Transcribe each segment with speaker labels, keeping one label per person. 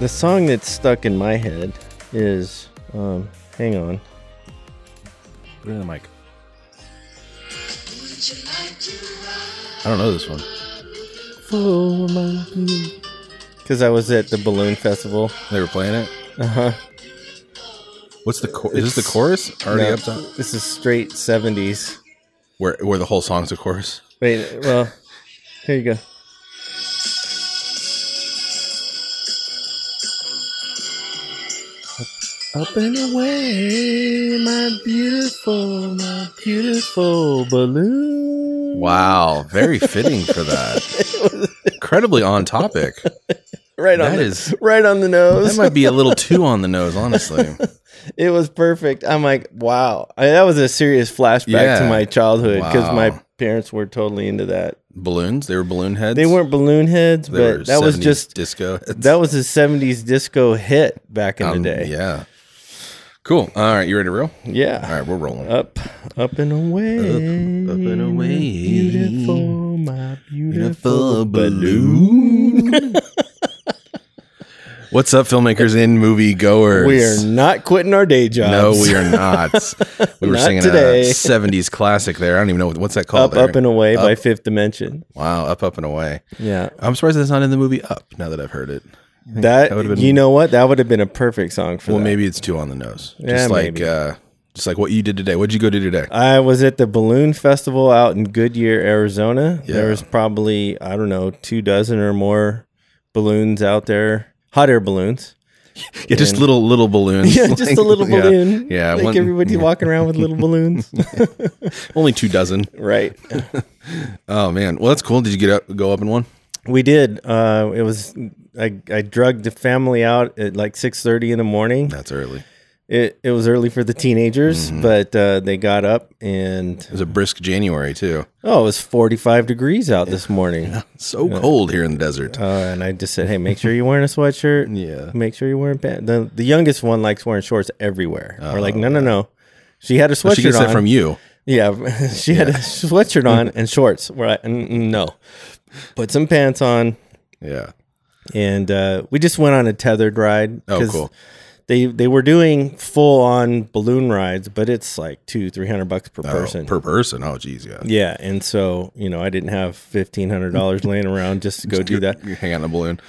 Speaker 1: The song that's stuck in my head is, um, hang on.
Speaker 2: Put it in the mic. I don't know this one.
Speaker 1: Because I was at the balloon festival.
Speaker 2: They were playing it.
Speaker 1: Uh huh.
Speaker 2: What's the chor- is this the
Speaker 1: It's-
Speaker 2: chorus already up top?
Speaker 1: This is straight 70s.
Speaker 2: Where where the whole song's a chorus?
Speaker 1: Wait, well, here you go. Up and away, my beautiful, my beautiful balloon.
Speaker 2: Wow, very fitting for that. Incredibly on topic.
Speaker 1: Right on,
Speaker 2: That
Speaker 1: the,
Speaker 2: is-
Speaker 1: right on the
Speaker 2: That
Speaker 1: nose.
Speaker 2: might be a little too on the nose, honestly.
Speaker 1: it was perfect. I'm like, wow, I, that was a serious flashback
Speaker 2: Yeah.
Speaker 1: to my childhood because my
Speaker 2: Wow.
Speaker 1: parents were totally into that.
Speaker 2: Balloons? They were balloon heads.
Speaker 1: They weren't balloon heads,
Speaker 2: They were
Speaker 1: but that was
Speaker 2: 70s
Speaker 1: just
Speaker 2: disco. heads.
Speaker 1: that was a '70s disco hit back in
Speaker 2: Um,
Speaker 1: the day.
Speaker 2: Yeah. Cool. All right, you ready to roll?
Speaker 1: Yeah.
Speaker 2: All right, we're rolling.
Speaker 1: Up, up and away. Up,
Speaker 2: and away.
Speaker 1: Beautiful, my beautiful,
Speaker 2: Beautiful
Speaker 1: balloon.
Speaker 2: balloon. What's up, filmmakers and movie goers?
Speaker 1: We are not quitting our day jobs.
Speaker 2: No, we are not. We were
Speaker 1: Not
Speaker 2: singing
Speaker 1: today.
Speaker 2: a '70s classic there. I don't even know what, what's that called.
Speaker 1: Up,
Speaker 2: there?
Speaker 1: up and away by Fifth Dimension.
Speaker 2: wow, up, up and away.
Speaker 1: Yeah,
Speaker 2: I'm surprised that's not in the movie Up. Now that I've heard it,
Speaker 1: that,
Speaker 2: that would've been-
Speaker 1: you know what? That would have been a perfect song for
Speaker 2: well,
Speaker 1: that.
Speaker 2: maybe it's too on the nose. Just
Speaker 1: Yeah,
Speaker 2: like,
Speaker 1: maybe.
Speaker 2: Uh, just like what you did today. What'd you go do today?
Speaker 1: I was at the balloon festival out in Goodyear, Arizona.
Speaker 2: Yeah.
Speaker 1: There was probably I don't know two dozen or more balloons out there, hot air balloons.
Speaker 2: yeah, just little little balloons.
Speaker 1: Yeah, just
Speaker 2: Like,
Speaker 1: a little
Speaker 2: yeah,
Speaker 1: balloon.
Speaker 2: Yeah,
Speaker 1: like
Speaker 2: one-
Speaker 1: everybody walking around with little balloons.
Speaker 2: only two dozen.
Speaker 1: right.
Speaker 2: Oh man, well that's cool. Did you get up, go up in one?
Speaker 1: We did. Uh, it was I, I drugged the family out at like six thirty in the morning.
Speaker 2: That's early.
Speaker 1: It it was early for the teenagers,
Speaker 2: Mm-hmm.
Speaker 1: but uh, they got up and
Speaker 2: It was a brisk January too.
Speaker 1: oh, it was forty five degrees out this morning.
Speaker 2: So cold here in the desert.
Speaker 1: Uh, and I just said, hey, make sure you're wearing a sweatshirt.
Speaker 2: Yeah.
Speaker 1: Make sure you're wearing pants. The, the youngest one likes wearing shorts everywhere. We're like, no, no, no. She had a sweatshirt
Speaker 2: Oh, She gets
Speaker 1: on.
Speaker 2: that from you.
Speaker 1: Yeah, she had a sweatshirt on and shorts. We're like, "Mm, mm, no, put some pants on.
Speaker 2: Yeah.
Speaker 1: and uh, we just went on a tethered ride.
Speaker 2: Oh,
Speaker 1: 'cause
Speaker 2: cool.
Speaker 1: They they were doing full on balloon rides, but it's like two three hundred bucks per
Speaker 2: Oh,
Speaker 1: person.
Speaker 2: per person. Oh, geez, yeah.
Speaker 1: yeah, and so you know I didn't have fifteen hundred dollars laying around just to go do that.
Speaker 2: You hang out in a balloon.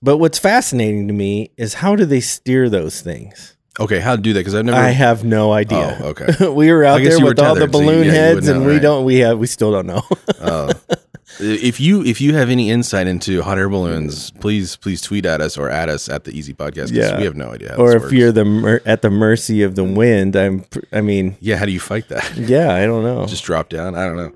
Speaker 1: But what's fascinating to me is how do they steer those things?
Speaker 2: Okay, how to do that? Because I've never.
Speaker 1: I have no idea.
Speaker 2: Oh, okay.
Speaker 1: we were out
Speaker 2: guess
Speaker 1: there
Speaker 2: you were
Speaker 1: with all the
Speaker 2: tethered, so you-
Speaker 1: balloon
Speaker 2: yeah, you
Speaker 1: heads,
Speaker 2: wouldn't
Speaker 1: and
Speaker 2: know,
Speaker 1: we
Speaker 2: right.
Speaker 1: don't we have we still don't know.
Speaker 2: if you if you have any insight into hot air balloons, please please tweet at us or at us at the Easy Podcast. 'cause
Speaker 1: Yeah.
Speaker 2: we have no idea. How
Speaker 1: or
Speaker 2: this
Speaker 1: if
Speaker 2: works.
Speaker 1: you're the mer- at the mercy of the wind, I'm. pr- I mean,
Speaker 2: yeah, how do you fight that?
Speaker 1: yeah, I don't know.
Speaker 2: Just drop down. I don't know,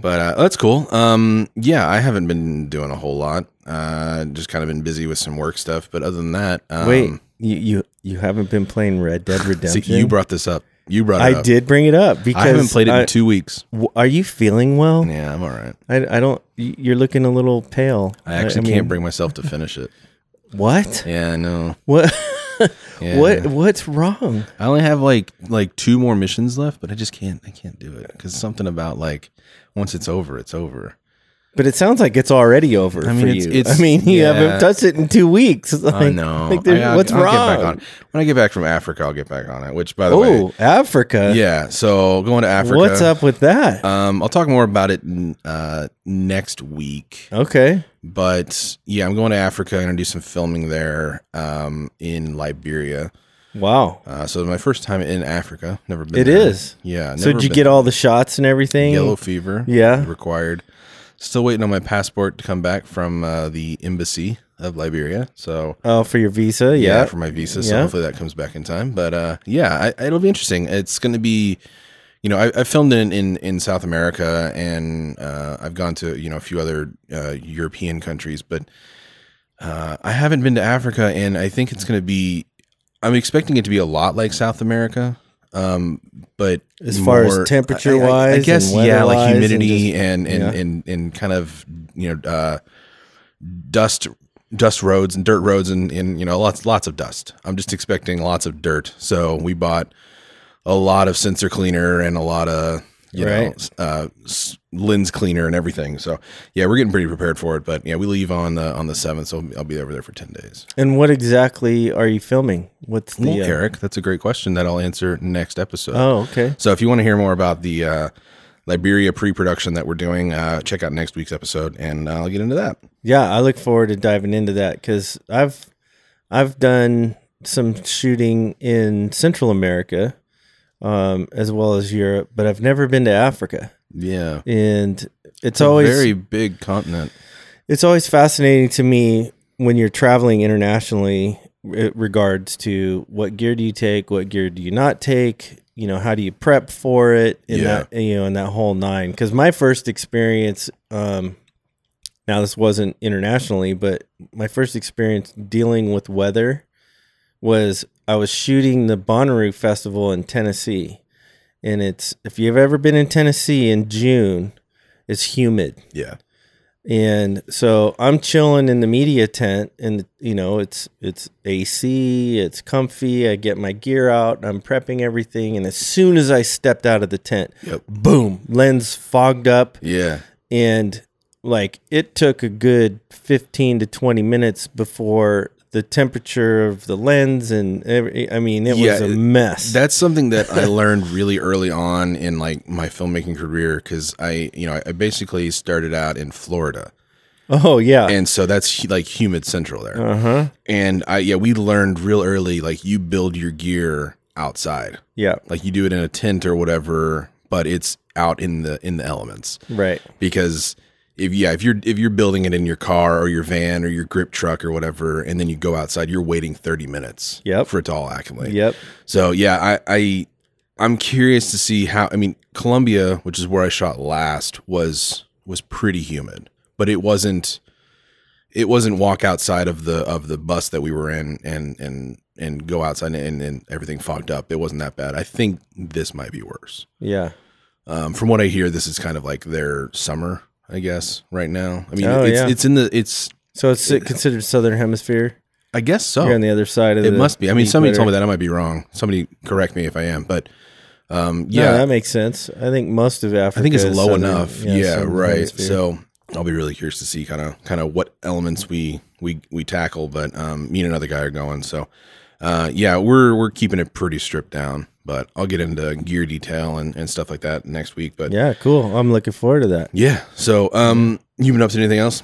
Speaker 2: but uh, that's cool. Um, yeah, I haven't been doing a whole lot. Uh, just kind of been busy with some work stuff. But other than that, um,
Speaker 1: Wait, you, you you haven't been playing Red Dead
Speaker 2: see,
Speaker 1: Redemption?
Speaker 2: you brought this up. You brought. It
Speaker 1: I
Speaker 2: up.
Speaker 1: did bring it up because
Speaker 2: I haven't played it
Speaker 1: I-
Speaker 2: in two weeks.
Speaker 1: w- are you feeling well?
Speaker 2: Yeah, I'm all right.
Speaker 1: I, I don't. y- You're looking a little pale.
Speaker 2: I actually
Speaker 1: mean,
Speaker 2: can't bring myself to finish it.
Speaker 1: What?
Speaker 2: Yeah, I know.
Speaker 1: What?
Speaker 2: Yeah.
Speaker 1: What? What's wrong?
Speaker 2: I only have like like two more missions left, but I just can't I can't do it because something about like once it's over, it's over.
Speaker 1: But it sounds like it's already over
Speaker 2: I mean,
Speaker 1: for
Speaker 2: it's-
Speaker 1: you.
Speaker 2: it's-
Speaker 1: I mean, you
Speaker 2: yeah.
Speaker 1: haven't touched it in two weeks. Like,
Speaker 2: I know.
Speaker 1: like, there-
Speaker 2: I- I'll-
Speaker 1: what's
Speaker 2: I'll
Speaker 1: wrong?
Speaker 2: Get back on. When I get back from Africa, I'll get back on it. Which, by the way,
Speaker 1: Oh, Africa.
Speaker 2: yeah. So going to Africa.
Speaker 1: What's up with that?
Speaker 2: Um, I'll talk more about it n- uh, next week.
Speaker 1: okay.
Speaker 2: But yeah, I'm going to Africa. I'm gonna do some filming there um, in Liberia.
Speaker 1: Wow.
Speaker 2: Uh, so my first time in Africa. Never been.
Speaker 1: It
Speaker 2: It is.
Speaker 1: is.
Speaker 2: Yeah.
Speaker 1: So did you
Speaker 2: been
Speaker 1: get
Speaker 2: there.
Speaker 1: all the shots and everything?
Speaker 2: yellow fever?
Speaker 1: Yeah.
Speaker 2: required. Still waiting on my passport to come back from uh, the embassy of Liberia. So
Speaker 1: Oh, for your visa. Yeah.
Speaker 2: for my visa. So
Speaker 1: Yeah.
Speaker 2: hopefully that comes back in time. But uh, yeah, I, it'll be interesting. It's going to be, you know, I, I filmed in, in in South America, and uh, I've gone to you know a few other uh, European countries, but uh, I haven't been to Africa, and I think it's going to be. I'm expecting it to be a lot like South America. Um, but
Speaker 1: As far as
Speaker 2: more- I- I-
Speaker 1: temperature-wise
Speaker 2: I,
Speaker 1: and
Speaker 2: guess yeah,
Speaker 1: weather-wise
Speaker 2: like
Speaker 1: and
Speaker 2: humidity
Speaker 1: just-
Speaker 2: and and, and,
Speaker 1: yeah.
Speaker 2: and kind of you know uh, dust dust roads and dirt roads and, and you know lots lots of dust. I'm just expecting lots of dirt. So we bought a lot of sensor cleaner and a lot of you know,
Speaker 1: Right.
Speaker 2: s- uh, s- lens cleaner and everything. So yeah, we're getting pretty prepared for it. But yeah, we leave on the on the seventh, so I'll be over there for ten days.
Speaker 1: And what exactly are you filming? What's the?
Speaker 2: Well,
Speaker 1: uh,
Speaker 2: Eric, that's a great question that I'll answer next episode.
Speaker 1: oh, okay.
Speaker 2: So if you want to hear more about the uh, Liberia pre-production that we're doing, uh, check out next week's episode, and I'll get into that.
Speaker 1: Yeah, I look forward to diving into that because I've I've done some shooting in Central America um, as well as Europe, but I've never been to Africa,
Speaker 2: Yeah, it's
Speaker 1: and it's always
Speaker 2: very big continent.
Speaker 1: it's always fascinating to me when you're traveling internationally in regards to what gear do you take what gear do you not take you know how do you prep for it and
Speaker 2: Yeah.
Speaker 1: that you know and that whole nine because my first experience um now this wasn't internationally but my first experience dealing with weather was i was shooting the bonnaroo festival in tennessee and it's if you've ever been in tennessee in june it's humid
Speaker 2: Yeah,
Speaker 1: and so I'm chilling in the media tent, and you know it's it's AC, it's comfy. I get my gear out, I'm prepping everything, and as soon as I stepped out of the tent,
Speaker 2: Yep.
Speaker 1: boom, lens fogged up,
Speaker 2: yeah,
Speaker 1: and like it took a good 15 to 20 minutes before the temperature of the lens and every, I mean it
Speaker 2: Yeah,
Speaker 1: was a
Speaker 2: it-
Speaker 1: mess.
Speaker 2: That's something that I learned really early on in like my filmmaking career because I, you know, I basically started out in Florida,
Speaker 1: oh yeah,
Speaker 2: and so that's hu- like humid central there.
Speaker 1: uh huh,
Speaker 2: And I, yeah, we learned real early like you build your gear outside,
Speaker 1: yeah,
Speaker 2: like you do it in a tent or whatever, but it's out in the in the elements
Speaker 1: right,
Speaker 2: because if yeah if you're if you're building it in your car or your van or your grip truck or whatever and then you go outside you're waiting 30 minutes
Speaker 1: Yep.
Speaker 2: for it to all acclimate
Speaker 1: yep,
Speaker 2: so yeah, I, I I'm curious to see how. I mean, Columbia, which is where I shot last, was was pretty humid, but it wasn't. It wasn't walk outside of the of the bus that we were in and and and go outside and and everything fogged up. It wasn't that bad. I think this might be worse.
Speaker 1: yeah.
Speaker 2: Um, from what I hear, this is kind of like their summer, I guess, right now. I mean,
Speaker 1: Oh,
Speaker 2: it's
Speaker 1: yeah.
Speaker 2: it's in the it's.
Speaker 1: So it's considered Southern Hemisphere.
Speaker 2: I guess so.
Speaker 1: You're on the other side of
Speaker 2: Oh. it
Speaker 1: the
Speaker 2: must be. I mean, somebody
Speaker 1: equator.
Speaker 2: told me that. I might be wrong. Somebody correct me if I am. But um,
Speaker 1: No,
Speaker 2: yeah,
Speaker 1: that makes sense. I think most of Africa.
Speaker 2: I think it's
Speaker 1: is
Speaker 2: low
Speaker 1: southern-
Speaker 2: enough. Yeah,
Speaker 1: southern
Speaker 2: right.
Speaker 1: hemisphere.
Speaker 2: So I'll be really curious to see kind of kind of what elements we we we tackle. But um, me and another guy are going. So uh, yeah, we're we're keeping it pretty stripped down. But I'll get into gear detail and, and stuff like that next week. But yeah,
Speaker 1: yeah, cool. I'm looking forward to that.
Speaker 2: so um, you been up to anything else?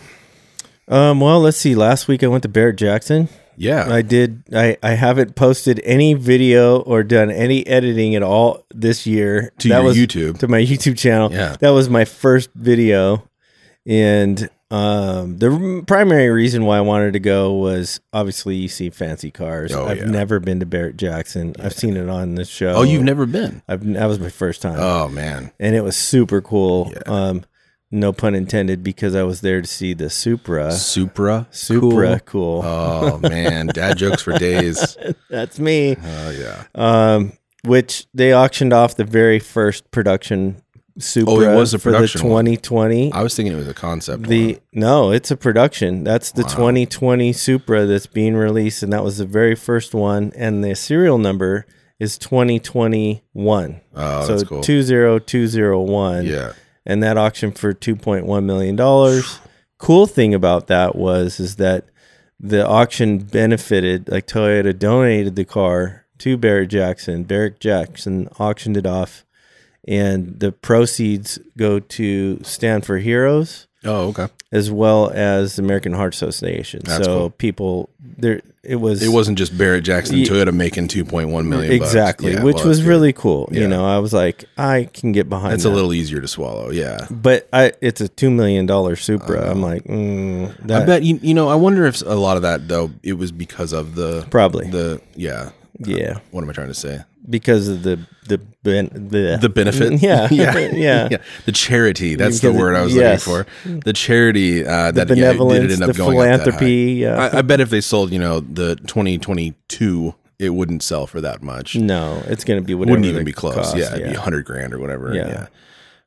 Speaker 1: Um, well, let's see. Last week I went to Barrett Jackson.
Speaker 2: Yeah,
Speaker 1: I did. I I haven't posted any video or done any editing at all this year.
Speaker 2: to
Speaker 1: that
Speaker 2: your
Speaker 1: was
Speaker 2: YouTube.
Speaker 1: to my YouTube channel.
Speaker 2: Yeah.
Speaker 1: that was my first video, and um, the r- primary reason why I wanted to go was obviously you see fancy cars.
Speaker 2: Oh,
Speaker 1: I've
Speaker 2: yeah.
Speaker 1: never been to Barrett Jackson. I've seen it on the show.
Speaker 2: oh, you've never been.
Speaker 1: I've, that was my first time.
Speaker 2: Oh man,
Speaker 1: and it was super cool.
Speaker 2: Yeah.
Speaker 1: Um, no pun intended, because I was there to see the Supra.
Speaker 2: Supra,
Speaker 1: Supra,
Speaker 2: Cool.
Speaker 1: cool.
Speaker 2: Oh man, dad jokes for days.
Speaker 1: That's me.
Speaker 2: Oh yeah.
Speaker 1: Um, which they auctioned off the very first production Supra.
Speaker 2: Oh, was a production
Speaker 1: for the
Speaker 2: one.
Speaker 1: 2020.
Speaker 2: I was thinking it was a concept. one.
Speaker 1: The no, it's a production. That's the 2020 Supra that's being released, and that was the very first one. And the serial number is 2021. so
Speaker 2: Oh, that's cool.
Speaker 1: 20201.
Speaker 2: yeah.
Speaker 1: and that auction for 2.1 million dollars. cool thing about that was is that the auction benefited like Toyota donated the car to Barrett Jackson. Barrett Jackson auctioned it off and the proceeds go to Stand for Heroes
Speaker 2: Oh, okay.
Speaker 1: as well as the American Heart Association.
Speaker 2: That's
Speaker 1: so
Speaker 2: cool.
Speaker 1: people there it was
Speaker 2: It wasn't just Barrett Jackson and
Speaker 1: Ye-
Speaker 2: Toyota making two point one million. bucks.
Speaker 1: exactly,
Speaker 2: Yeah,
Speaker 1: which
Speaker 2: well,
Speaker 1: was
Speaker 2: that's good.
Speaker 1: really cool.
Speaker 2: Yeah.
Speaker 1: You know, I was like I can get behind
Speaker 2: That's
Speaker 1: that.
Speaker 2: a little easier to swallow. Yeah.
Speaker 1: But I, it's a two million dollar Supra. I'm like, mm, that
Speaker 2: I bet you. You know, I wonder if a lot of that though it was because of the
Speaker 1: probably,
Speaker 2: the yeah.
Speaker 1: yeah,
Speaker 2: What am I trying to say?
Speaker 1: because of the the ben, the,
Speaker 2: The benefit.
Speaker 1: Yeah,
Speaker 2: yeah.
Speaker 1: yeah,
Speaker 2: The charity. That's the
Speaker 1: Because it-
Speaker 2: word I was
Speaker 1: yes.
Speaker 2: looking for. The charity uh, that yeah,
Speaker 1: benevolence,
Speaker 2: did end
Speaker 1: the
Speaker 2: up going up that high.
Speaker 1: philanthropy. Yeah,
Speaker 2: I, I bet if they sold, you know, the twenty twenty two, it wouldn't sell for that much.
Speaker 1: no, it's gonna be whatever.
Speaker 2: wouldn't even
Speaker 1: the
Speaker 2: be close.
Speaker 1: cost,
Speaker 2: yeah, it'd be hundred grand or whatever. Yeah.
Speaker 1: Yeah.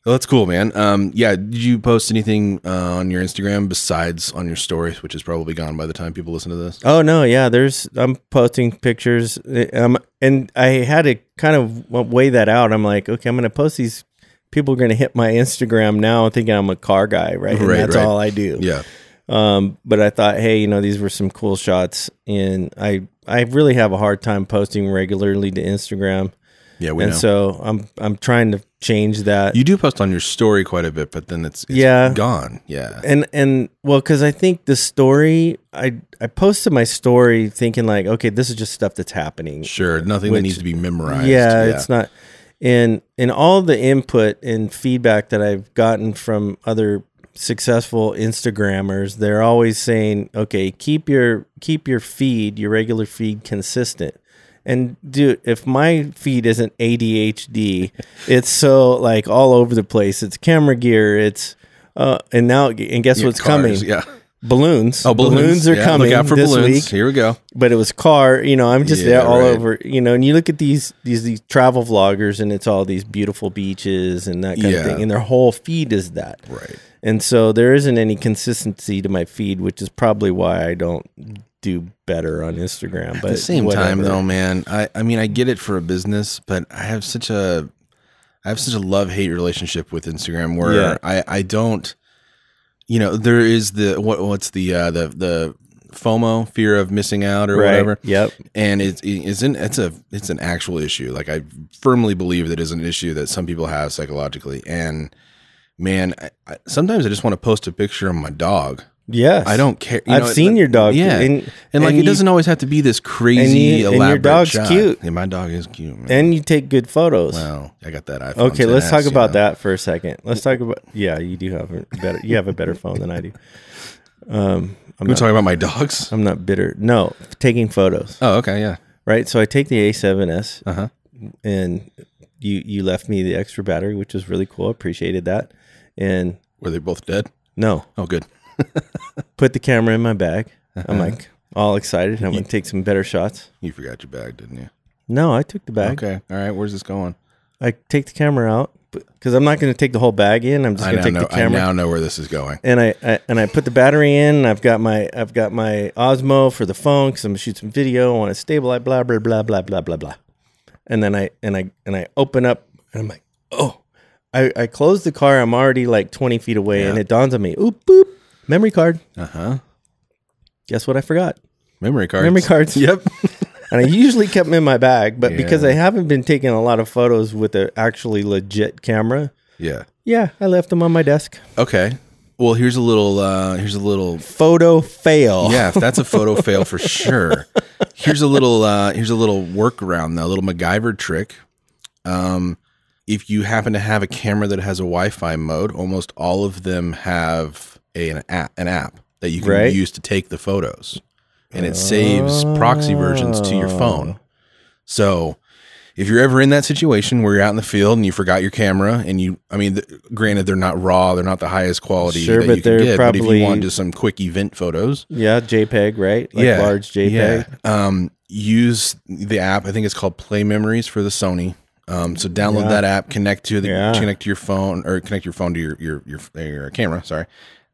Speaker 2: Well, that's cool, man. Um, yeah. Did you post anything uh, on your Instagram besides on your stories, which is probably gone by the time people listen to this?
Speaker 1: Oh no, yeah. There's I'm posting pictures, eh, um, and I had to kind of weigh that out. I'm like, okay, I'm gonna post these people are going to hit my Instagram now thinking I'm a car guy, right? And
Speaker 2: Right,
Speaker 1: that's
Speaker 2: right.
Speaker 1: all I do.
Speaker 2: Yeah.
Speaker 1: Um, but I thought, hey, you know, these were some cool shots, and I I really have a hard time posting regularly to Instagram,
Speaker 2: Yeah. We
Speaker 1: and
Speaker 2: know.
Speaker 1: so I'm I'm trying to change that.
Speaker 2: you do post on your story quite a bit, but then it's, it's
Speaker 1: Yeah.
Speaker 2: gone. Yeah.
Speaker 1: and and well, because I think the story I I posted my story thinking like, okay, this is just stuff that's happening.
Speaker 2: Sure. Nothing that
Speaker 1: Which-
Speaker 2: needs to be memorized.
Speaker 1: Yeah, it's not. And and all the input and feedback that I've gotten from other successful Instagrammers, they're always saying, "Okay, keep your keep your feed, your regular feed consistent." And dude, if my feed isn't ADHD, it's so like all over the place. It's camera gear. It's uh, and now and guess
Speaker 2: Yeah,
Speaker 1: what's
Speaker 2: cars,
Speaker 1: coming?
Speaker 2: Yeah.
Speaker 1: Balloons.
Speaker 2: Oh, balloons,
Speaker 1: are
Speaker 2: Yeah,
Speaker 1: coming
Speaker 2: Look out for
Speaker 1: this
Speaker 2: balloons.
Speaker 1: week
Speaker 2: Here we go.
Speaker 1: but it was car you know i'm just
Speaker 2: Yeah,
Speaker 1: there all
Speaker 2: right.
Speaker 1: over you know and you look at these these these travel vloggers and it's all these beautiful beaches and that kind
Speaker 2: Yeah.
Speaker 1: of thing and their whole feed is that
Speaker 2: Right.
Speaker 1: and so there isn't any consistency to my feed which is probably why i don't do better on instagram but
Speaker 2: At the same time,
Speaker 1: whatever.
Speaker 2: though, man, I, I mean, I get it for a business, but I have such a, I have such a love hate relationship with Instagram where
Speaker 1: Yeah.
Speaker 2: I, I don't, you know, there is the what what's the uh, the the FOMO fear of missing out or
Speaker 1: right
Speaker 2: whatever,
Speaker 1: yep
Speaker 2: and it's it isn't it's a it's an actual issue. Like I firmly believe that is an issue that some people have psychologically, and man, I, I, sometimes I just want to post a picture of my dog.
Speaker 1: yes
Speaker 2: I don't care. you
Speaker 1: i've
Speaker 2: know,
Speaker 1: seen
Speaker 2: like-
Speaker 1: your dog
Speaker 2: Yeah,
Speaker 1: and,
Speaker 2: and
Speaker 1: and
Speaker 2: like it
Speaker 1: you-
Speaker 2: doesn't always have to be this crazy
Speaker 1: and you- and your
Speaker 2: elaborate.
Speaker 1: dog's
Speaker 2: shot.
Speaker 1: cute.
Speaker 2: Yeah, my dog is cute. Man.
Speaker 1: and you take good photos
Speaker 2: wow, I got that iPhone.
Speaker 1: Okay, let's
Speaker 2: 10S,
Speaker 1: talk
Speaker 2: you
Speaker 1: about
Speaker 2: know.
Speaker 1: that for a second. Let's talk about yeah, you do have a better you have a better phone than I do. Um, I'm
Speaker 2: We're
Speaker 1: not,
Speaker 2: talking about my dogs.
Speaker 1: I'm not bitter. No, taking photos,
Speaker 2: Oh, okay, yeah.
Speaker 1: right? So I take the A7s
Speaker 2: Uh huh.
Speaker 1: and you you left me the extra battery, which was really cool. Appreciated that. And
Speaker 2: Were they both dead?
Speaker 1: no,
Speaker 2: Oh, good.
Speaker 1: put the camera in my bag. I'm
Speaker 2: Uh-huh.
Speaker 1: like all excited. I'm gonna take some better shots.
Speaker 2: You forgot your bag, didn't you?
Speaker 1: No, I took the bag.
Speaker 2: Okay. All right. Where's this going?
Speaker 1: I take the camera out because I'm not gonna take the whole bag in. I'm just
Speaker 2: I
Speaker 1: gonna
Speaker 2: now,
Speaker 1: take
Speaker 2: know,
Speaker 1: the
Speaker 2: I
Speaker 1: camera.
Speaker 2: now know where this is going.
Speaker 1: and I, I and I put the battery in. And I've got my I've got my Osmo for the phone because I'm gonna shoot some video. I want to stabilize. Blah blah blah blah blah blah blah. And then I and I and I open up and I'm like, oh, I I close the car. I'm already like 20 feet away, and it dawns on me. Oop boop, memory card.
Speaker 2: Uh huh.
Speaker 1: Guess what I forgot?
Speaker 2: Memory cards.
Speaker 1: Uh-huh. Memory cards.
Speaker 2: Yep.
Speaker 1: and I usually kept them in my bag, but because
Speaker 2: Yeah.
Speaker 1: I haven't been taking a lot of photos with an actually legit camera,
Speaker 2: yeah.
Speaker 1: yeah, I left them on my desk.
Speaker 2: Okay. Well, here's a little. uh Here's a little
Speaker 1: Photo fail.
Speaker 2: Yeah, if that's a photo fail for sure. Here's a little uh here's a little workaround though, a little MacGyver trick. Um if you happen to have a camera that has a Wi-Fi mode, almost all of them have a, an app an app that you can
Speaker 1: Right.
Speaker 2: use to take the photos. And it saves proxy versions to your phone. So if you're ever in that situation where you're out in the field and you forgot your camera and you I mean th- granted they're not raw, they're not the highest quality
Speaker 1: Sure,
Speaker 2: that
Speaker 1: but
Speaker 2: you can
Speaker 1: they're
Speaker 2: get, but if
Speaker 1: probably-
Speaker 2: you want just some quick event photos,
Speaker 1: Yeah, JPEG, right? Like large E? JPEG.
Speaker 2: yeah. Um, use the app. I think it's called Play Memories for the Sony. Um, so download
Speaker 1: Yeah.
Speaker 2: that app, connect to the
Speaker 1: Yeah.
Speaker 2: connect to your phone or connect your phone to your your your, your camera. Sorry,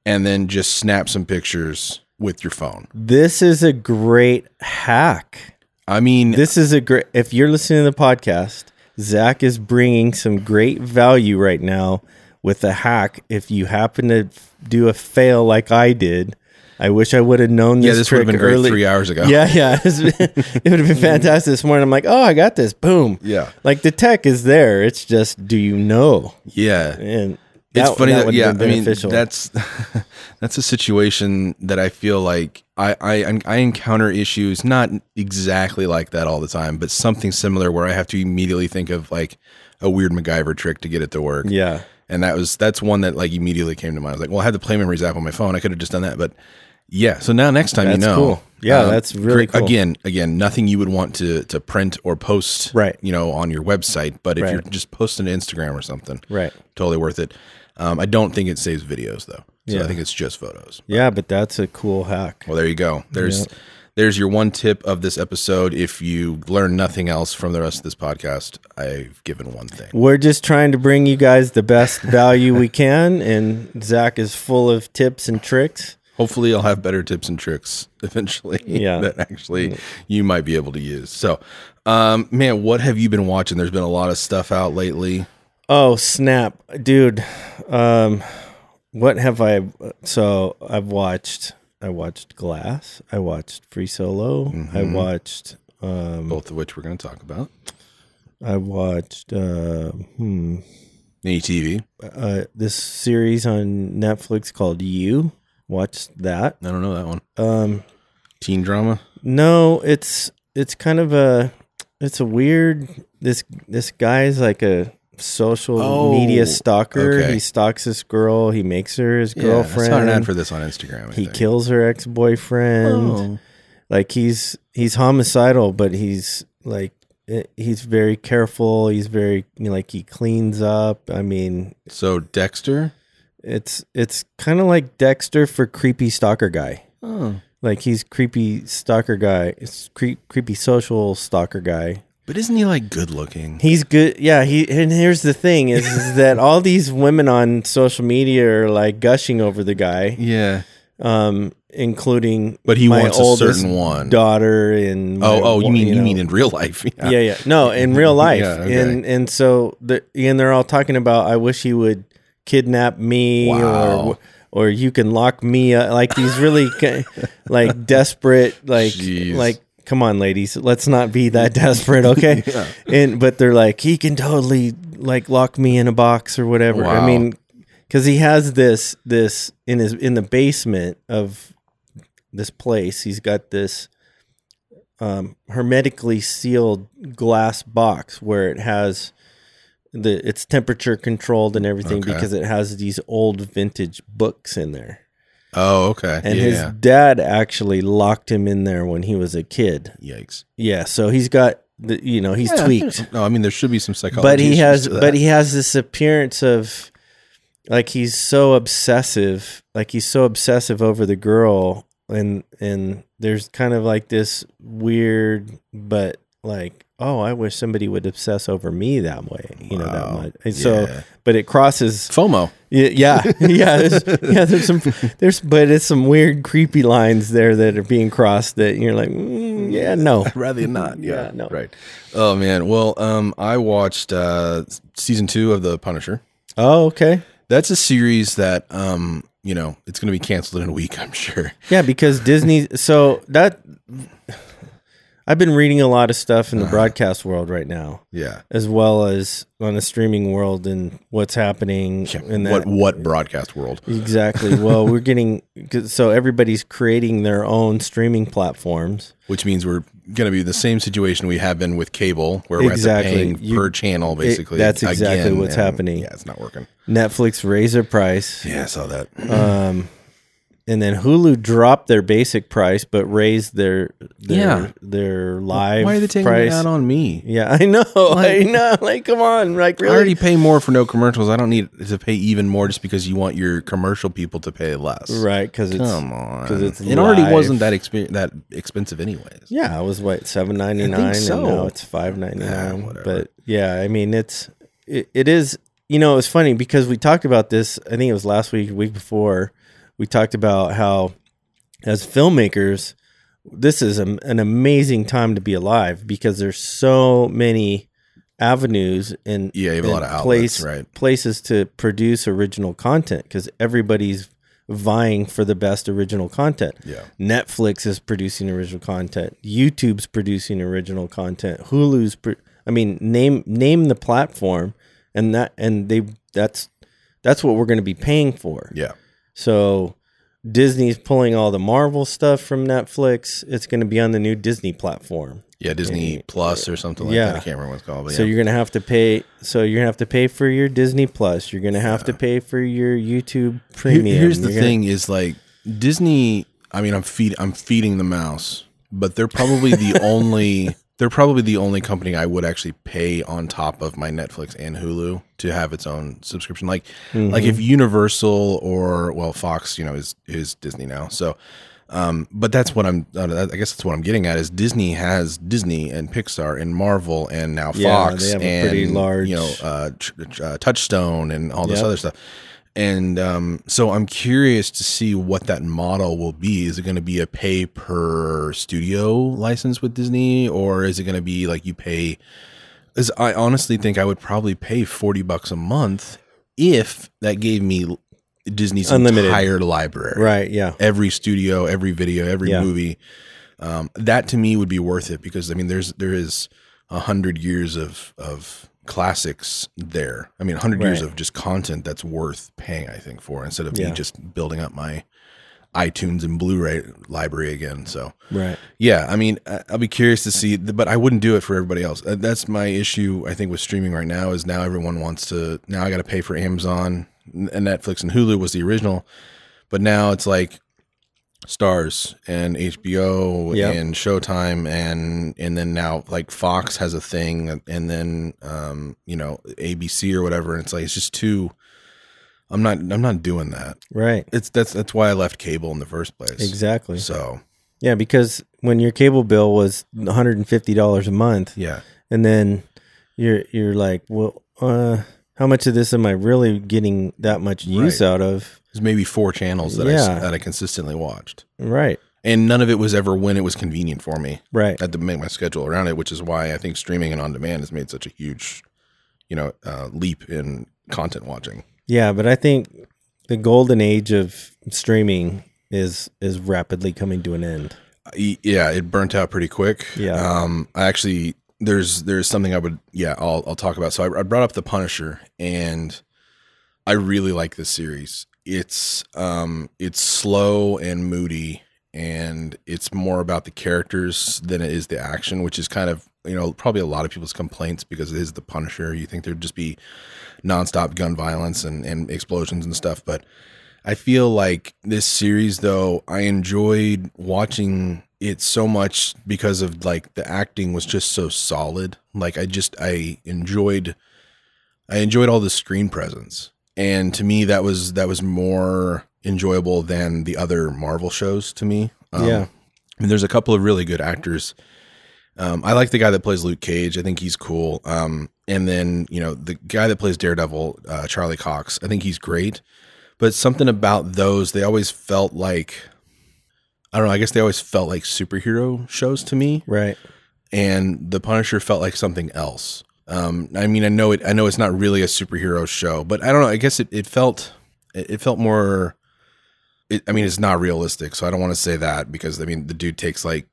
Speaker 2: and then just snap some pictures with your phone.
Speaker 1: This is a great hack.
Speaker 2: I mean,
Speaker 1: This is a great. If you're listening to the podcast, Zach is bringing some great value right now with a hack. If you happen to do a fail like I did, I wish I would have known this,
Speaker 2: yeah, this would
Speaker 1: trick
Speaker 2: have been great
Speaker 1: early.
Speaker 2: three hours ago.
Speaker 1: Yeah, yeah, it would have been fantastic this morning. I'm like, oh, I got this. Boom.
Speaker 2: yeah,
Speaker 1: Like the tech is there. It's just, do you know?
Speaker 2: yeah.
Speaker 1: And
Speaker 2: it's funny that,
Speaker 1: would've
Speaker 2: yeah,
Speaker 1: been
Speaker 2: I mean
Speaker 1: beneficial.
Speaker 2: that's that's a situation that I feel like I, I I encounter issues not exactly like that all the time, but something similar where I have to immediately think of like a weird MacGyver trick to get it to work,
Speaker 1: yeah.
Speaker 2: and that was that's one that like immediately came to mind. I was like, well, I had the Play Memories app on my phone, I could have just done that, but yeah. So now next time you
Speaker 1: That's
Speaker 2: know, um,
Speaker 1: cool. Yeah, that's really
Speaker 2: great-
Speaker 1: cool.
Speaker 2: Again, again, nothing you would want to to print or post,
Speaker 1: Right.
Speaker 2: You know, on your website, but if
Speaker 1: Right.
Speaker 2: you're just posting to Instagram or something,
Speaker 1: Right.
Speaker 2: totally worth it. Um, I don't think it saves videos though. So I
Speaker 1: Yeah.
Speaker 2: think it's just photos.
Speaker 1: Yeah, but that's a cool hack.
Speaker 2: Well, there you go. There's there's your one tip of this episode. If you learn nothing else from the rest of this podcast, I've given one thing.
Speaker 1: We're just trying to bring you guys the best value we can, and Zach is full of tips and tricks.
Speaker 2: Hopefully, I'll have better tips and tricks eventually.
Speaker 1: Yeah. Mm.
Speaker 2: that actually you might be able to use. So, um, man, what have you been watching? There's been a lot of stuff out lately.
Speaker 1: Oh snap, dude! Um, what have I? So I've watched. I watched Glass. I watched Free Solo. I
Speaker 2: Mhm.
Speaker 1: watched. Um,
Speaker 2: both of which we're going to talk about.
Speaker 1: I watched. Uh, hmm.
Speaker 2: ATV.
Speaker 1: Uh, this series on Netflix called You. Watched that.
Speaker 2: I don't know that one.
Speaker 1: Um,
Speaker 2: Teen drama.
Speaker 1: No, it's it's kind of a it's a weird this this guy's like a social
Speaker 2: Oh,
Speaker 1: media stalker.
Speaker 2: okay.
Speaker 1: He stalks this girl, he makes her his girlfriend.
Speaker 2: Yeah, I saw an ad for this on Instagram. I
Speaker 1: he
Speaker 2: think.
Speaker 1: kills her ex-boyfriend.
Speaker 2: Oh.
Speaker 1: Like he's he's homicidal, but he's like eh, he's very careful. He's very you know, like he cleans up. I mean,
Speaker 2: So Dexter.
Speaker 1: it's it's kind of like Dexter for creepy stalker guy.
Speaker 2: Oh.
Speaker 1: Like he's creepy stalker guy. It's creep, creepy social stalker guy.
Speaker 2: But isn't he like good looking?
Speaker 1: He's good. Yeah. He and here's the thing is, is that all these women on social media are like gushing over the guy,
Speaker 2: Yeah.
Speaker 1: um, including
Speaker 2: But he
Speaker 1: my
Speaker 2: wants a
Speaker 1: oldest
Speaker 2: certain one.
Speaker 1: daughter and my
Speaker 2: oh, oh, you
Speaker 1: wa-
Speaker 2: mean you,
Speaker 1: know.
Speaker 2: mean in real life?
Speaker 1: yeah. yeah, No, in real life,
Speaker 2: Yeah, okay.
Speaker 1: and and so the and they're all talking about. I wish he would kidnap me
Speaker 2: Wow.
Speaker 1: or. Or you can lock me up, like these really ki- like desperate, like
Speaker 2: Jeez.
Speaker 1: like come on, ladies, let's not be that desperate, okay? And but they're like, he can totally like lock me in a box or whatever. I
Speaker 2: Wow.
Speaker 1: mean, because he has this this in his in the basement of this place. He's got this um, hermetically sealed glass box where it has the it's temperature controlled and everything
Speaker 2: Okay.
Speaker 1: because it has these old vintage books in there.
Speaker 2: Oh, okay.
Speaker 1: And
Speaker 2: yeah.
Speaker 1: his dad actually locked him in there when he was a kid.
Speaker 2: Yikes.
Speaker 1: Yeah, so he's got the, you know he's
Speaker 2: Yeah,
Speaker 1: tweaked
Speaker 2: No, I mean there should be some psychology.
Speaker 1: but he
Speaker 2: issues
Speaker 1: has
Speaker 2: to that.
Speaker 1: but he has this appearance of like he's so obsessive like he's so obsessive over the girl and and there's kind of like this weird but like oh i wish somebody would obsess over me that way you know that
Speaker 2: Wow.
Speaker 1: much and so
Speaker 2: Yeah.
Speaker 1: but it crosses
Speaker 2: FOMO.
Speaker 1: y- yeah yeah there's, yeah there's some there's but it's some weird creepy lines there that are being crossed that you're like mm, yeah no
Speaker 2: I'd rather you not. Yeah,
Speaker 1: Yeah, no.
Speaker 2: Right. Oh man. Well, um, I watched uh season two of The Punisher.
Speaker 1: oh okay
Speaker 2: That's a series that um, you know, it's gonna be canceled in a week, I'm sure.
Speaker 1: Yeah, because Disney. So that I've been reading a lot of stuff
Speaker 2: Uh-huh.
Speaker 1: in the broadcast world right now,
Speaker 2: Yeah.
Speaker 1: as well as on the streaming world and what's happening. in that
Speaker 2: What what broadcast world?
Speaker 1: exactly? Well, we're getting 'cause- so everybody's creating their own streaming platforms.
Speaker 2: Which means we're gonna be in the same situation we have been with cable, where
Speaker 1: Exactly.
Speaker 2: we're at the paying
Speaker 1: You-
Speaker 2: per channel basically.
Speaker 1: that's exactly
Speaker 2: again,
Speaker 1: what's
Speaker 2: and,
Speaker 1: happening.
Speaker 2: Yeah, it's not working.
Speaker 1: Netflix raised their price,
Speaker 2: Yeah, I saw that.
Speaker 1: um, and then Hulu dropped their basic price but raised their, their
Speaker 2: Yeah.
Speaker 1: their live.
Speaker 2: Why are they taking
Speaker 1: price.
Speaker 2: it out on me?
Speaker 1: Yeah, I know, I know. Like, come on, like really.
Speaker 2: I already pay more for no commercials. I don't need to pay even more just because you want your commercial people to pay less.
Speaker 1: Right, because it's
Speaker 2: Come on.
Speaker 1: 'Cause it's
Speaker 2: it already
Speaker 1: live.
Speaker 2: wasn't that exp- that expensive anyways.
Speaker 1: yeah, it was what seven ninety nine,
Speaker 2: so.
Speaker 1: and now it's five ninety
Speaker 2: Ah,
Speaker 1: nine.
Speaker 2: whatever.
Speaker 1: But yeah, I mean, it's it, it is. You know, it's funny because we talked about this. I think it was last week, week before. We talked about how, as filmmakers, this is am- an amazing time to be alive because there's so many avenues and
Speaker 2: Yeah, you have a
Speaker 1: and
Speaker 2: lot of outlets,
Speaker 1: place-
Speaker 2: right?
Speaker 1: places to produce original content because everybody's vying for the best original content.
Speaker 2: Yeah.
Speaker 1: Netflix is producing original content. YouTube's producing original content. Hulu's, pro- I mean, name name the platform, and that and they that's that's what we're going to be paying for.
Speaker 2: Yeah.
Speaker 1: So Disney's pulling all the Marvel stuff from Netflix. It's going to be on the new Disney platform.
Speaker 2: Yeah, Disney Plus or something like
Speaker 1: Yeah.
Speaker 2: that. I can't remember what it's called. But
Speaker 1: So
Speaker 2: Oh, yeah.
Speaker 1: you're gonna have to pay. So you're gonna have to pay for your Disney Plus. You're gonna have to pay for your YouTube
Speaker 2: Here-
Speaker 1: Premium.
Speaker 2: here's the
Speaker 1: You're gonna-
Speaker 2: thing is like Disney I mean I'm feed I'm feeding the mouse, but they're probably the only they're probably the only company I would actually pay on top of my Netflix and Hulu to have its own subscription. Like like
Speaker 1: Mm-hmm.
Speaker 2: if Universal or well Fox, you know, is is Disney now. So um, but that's what I'm. uh, I guess that's what I'm getting at is Disney has Disney and Pixar and Marvel and now
Speaker 1: Yeah,
Speaker 2: Fox
Speaker 1: they have a
Speaker 2: and
Speaker 1: pretty large-
Speaker 2: you know uh, tr- tr- uh, Touchstone and all this
Speaker 1: Yep.
Speaker 2: other stuff. And um, so I'm curious to see what that model will be. Is it going to be a pay per studio license with Disney, or is it going to be like you pay is I honestly think I would probably pay 40 bucks a month if that gave me Disney's
Speaker 1: Unlimited.
Speaker 2: entire library.
Speaker 1: Right. Yeah.
Speaker 2: Every studio, every video, every
Speaker 1: Yeah.
Speaker 2: movie. Um, that to me would be worth it because I mean there's there is a hundred years of of classics there. I mean a hundred years
Speaker 1: Right.
Speaker 2: of just content that's worth paying, I think, for instead of
Speaker 1: Yeah.
Speaker 2: me just building up my iTunes and Blu-ray library again. So
Speaker 1: Right.
Speaker 2: yeah, I mean, I- I'll be curious to see, th- but I wouldn't do it for everybody else. Uh, That's my issue. I think with streaming right now is now everyone wants to. Now I got to pay for Amazon N- and Netflix and Hulu was the original, but now it's like Stars and HBO
Speaker 1: Yep.
Speaker 2: and Showtime and and then now like Fox has a thing and then um you know ABC or whatever. And it's like it's just too. I'm not. I'm not doing that.
Speaker 1: Right.
Speaker 2: It's that's that's why I left cable in the first place.
Speaker 1: Exactly.
Speaker 2: So
Speaker 1: Yeah, because when your cable bill was one hundred and fifty dollars a month,
Speaker 2: yeah,
Speaker 1: and then you're you're like, well, uh, how much of this am I really getting that much use
Speaker 2: Right.
Speaker 1: out of?
Speaker 2: There's maybe four channels that I
Speaker 1: Yeah.
Speaker 2: that I consistently watched,
Speaker 1: Right.
Speaker 2: and none of it was ever when it was convenient for me.
Speaker 1: Right.
Speaker 2: I had to make my schedule around it, which is why I think streaming and on demand has made such a huge, you know, uh, leap in content watching.
Speaker 1: Yeah, but I think the golden age of streaming is is rapidly coming to an end.
Speaker 2: E- Yeah, it burnt out pretty quick.
Speaker 1: Yeah.
Speaker 2: Um, I actually there's there's something I would yeah I'll I'll talk about. So I, I brought up the Punisher, and I really like this series. It's um it's slow and moody, and it's more about the characters than it is the action, which is kind of you know probably a lot of people's complaints because it is the Punisher. You think there'd just be nonstop gun violence and and explosions and stuff, but I feel like this series though, I enjoyed watching it so much because of like the acting was just so solid. Like I just I enjoyed I enjoyed all the screen presence. And to me that was that was more enjoyable than the other Marvel shows to me. Um,
Speaker 1: Yeah.
Speaker 2: and there's a couple of really good actors. Um, I like the guy that plays Luke Cage. I think he's cool. Um, and then you know the guy that plays Daredevil, uh, Charlie Cox. I think he's great but something about those they always felt like i don't know i guess they always felt like superhero shows to me
Speaker 1: Right.
Speaker 2: and the punisher felt like something else um, i mean i know it i know it's not really a superhero show but i don't know i guess it, it felt it, it felt more it, i mean it's not realistic so i don't want to say that because i mean the dude takes like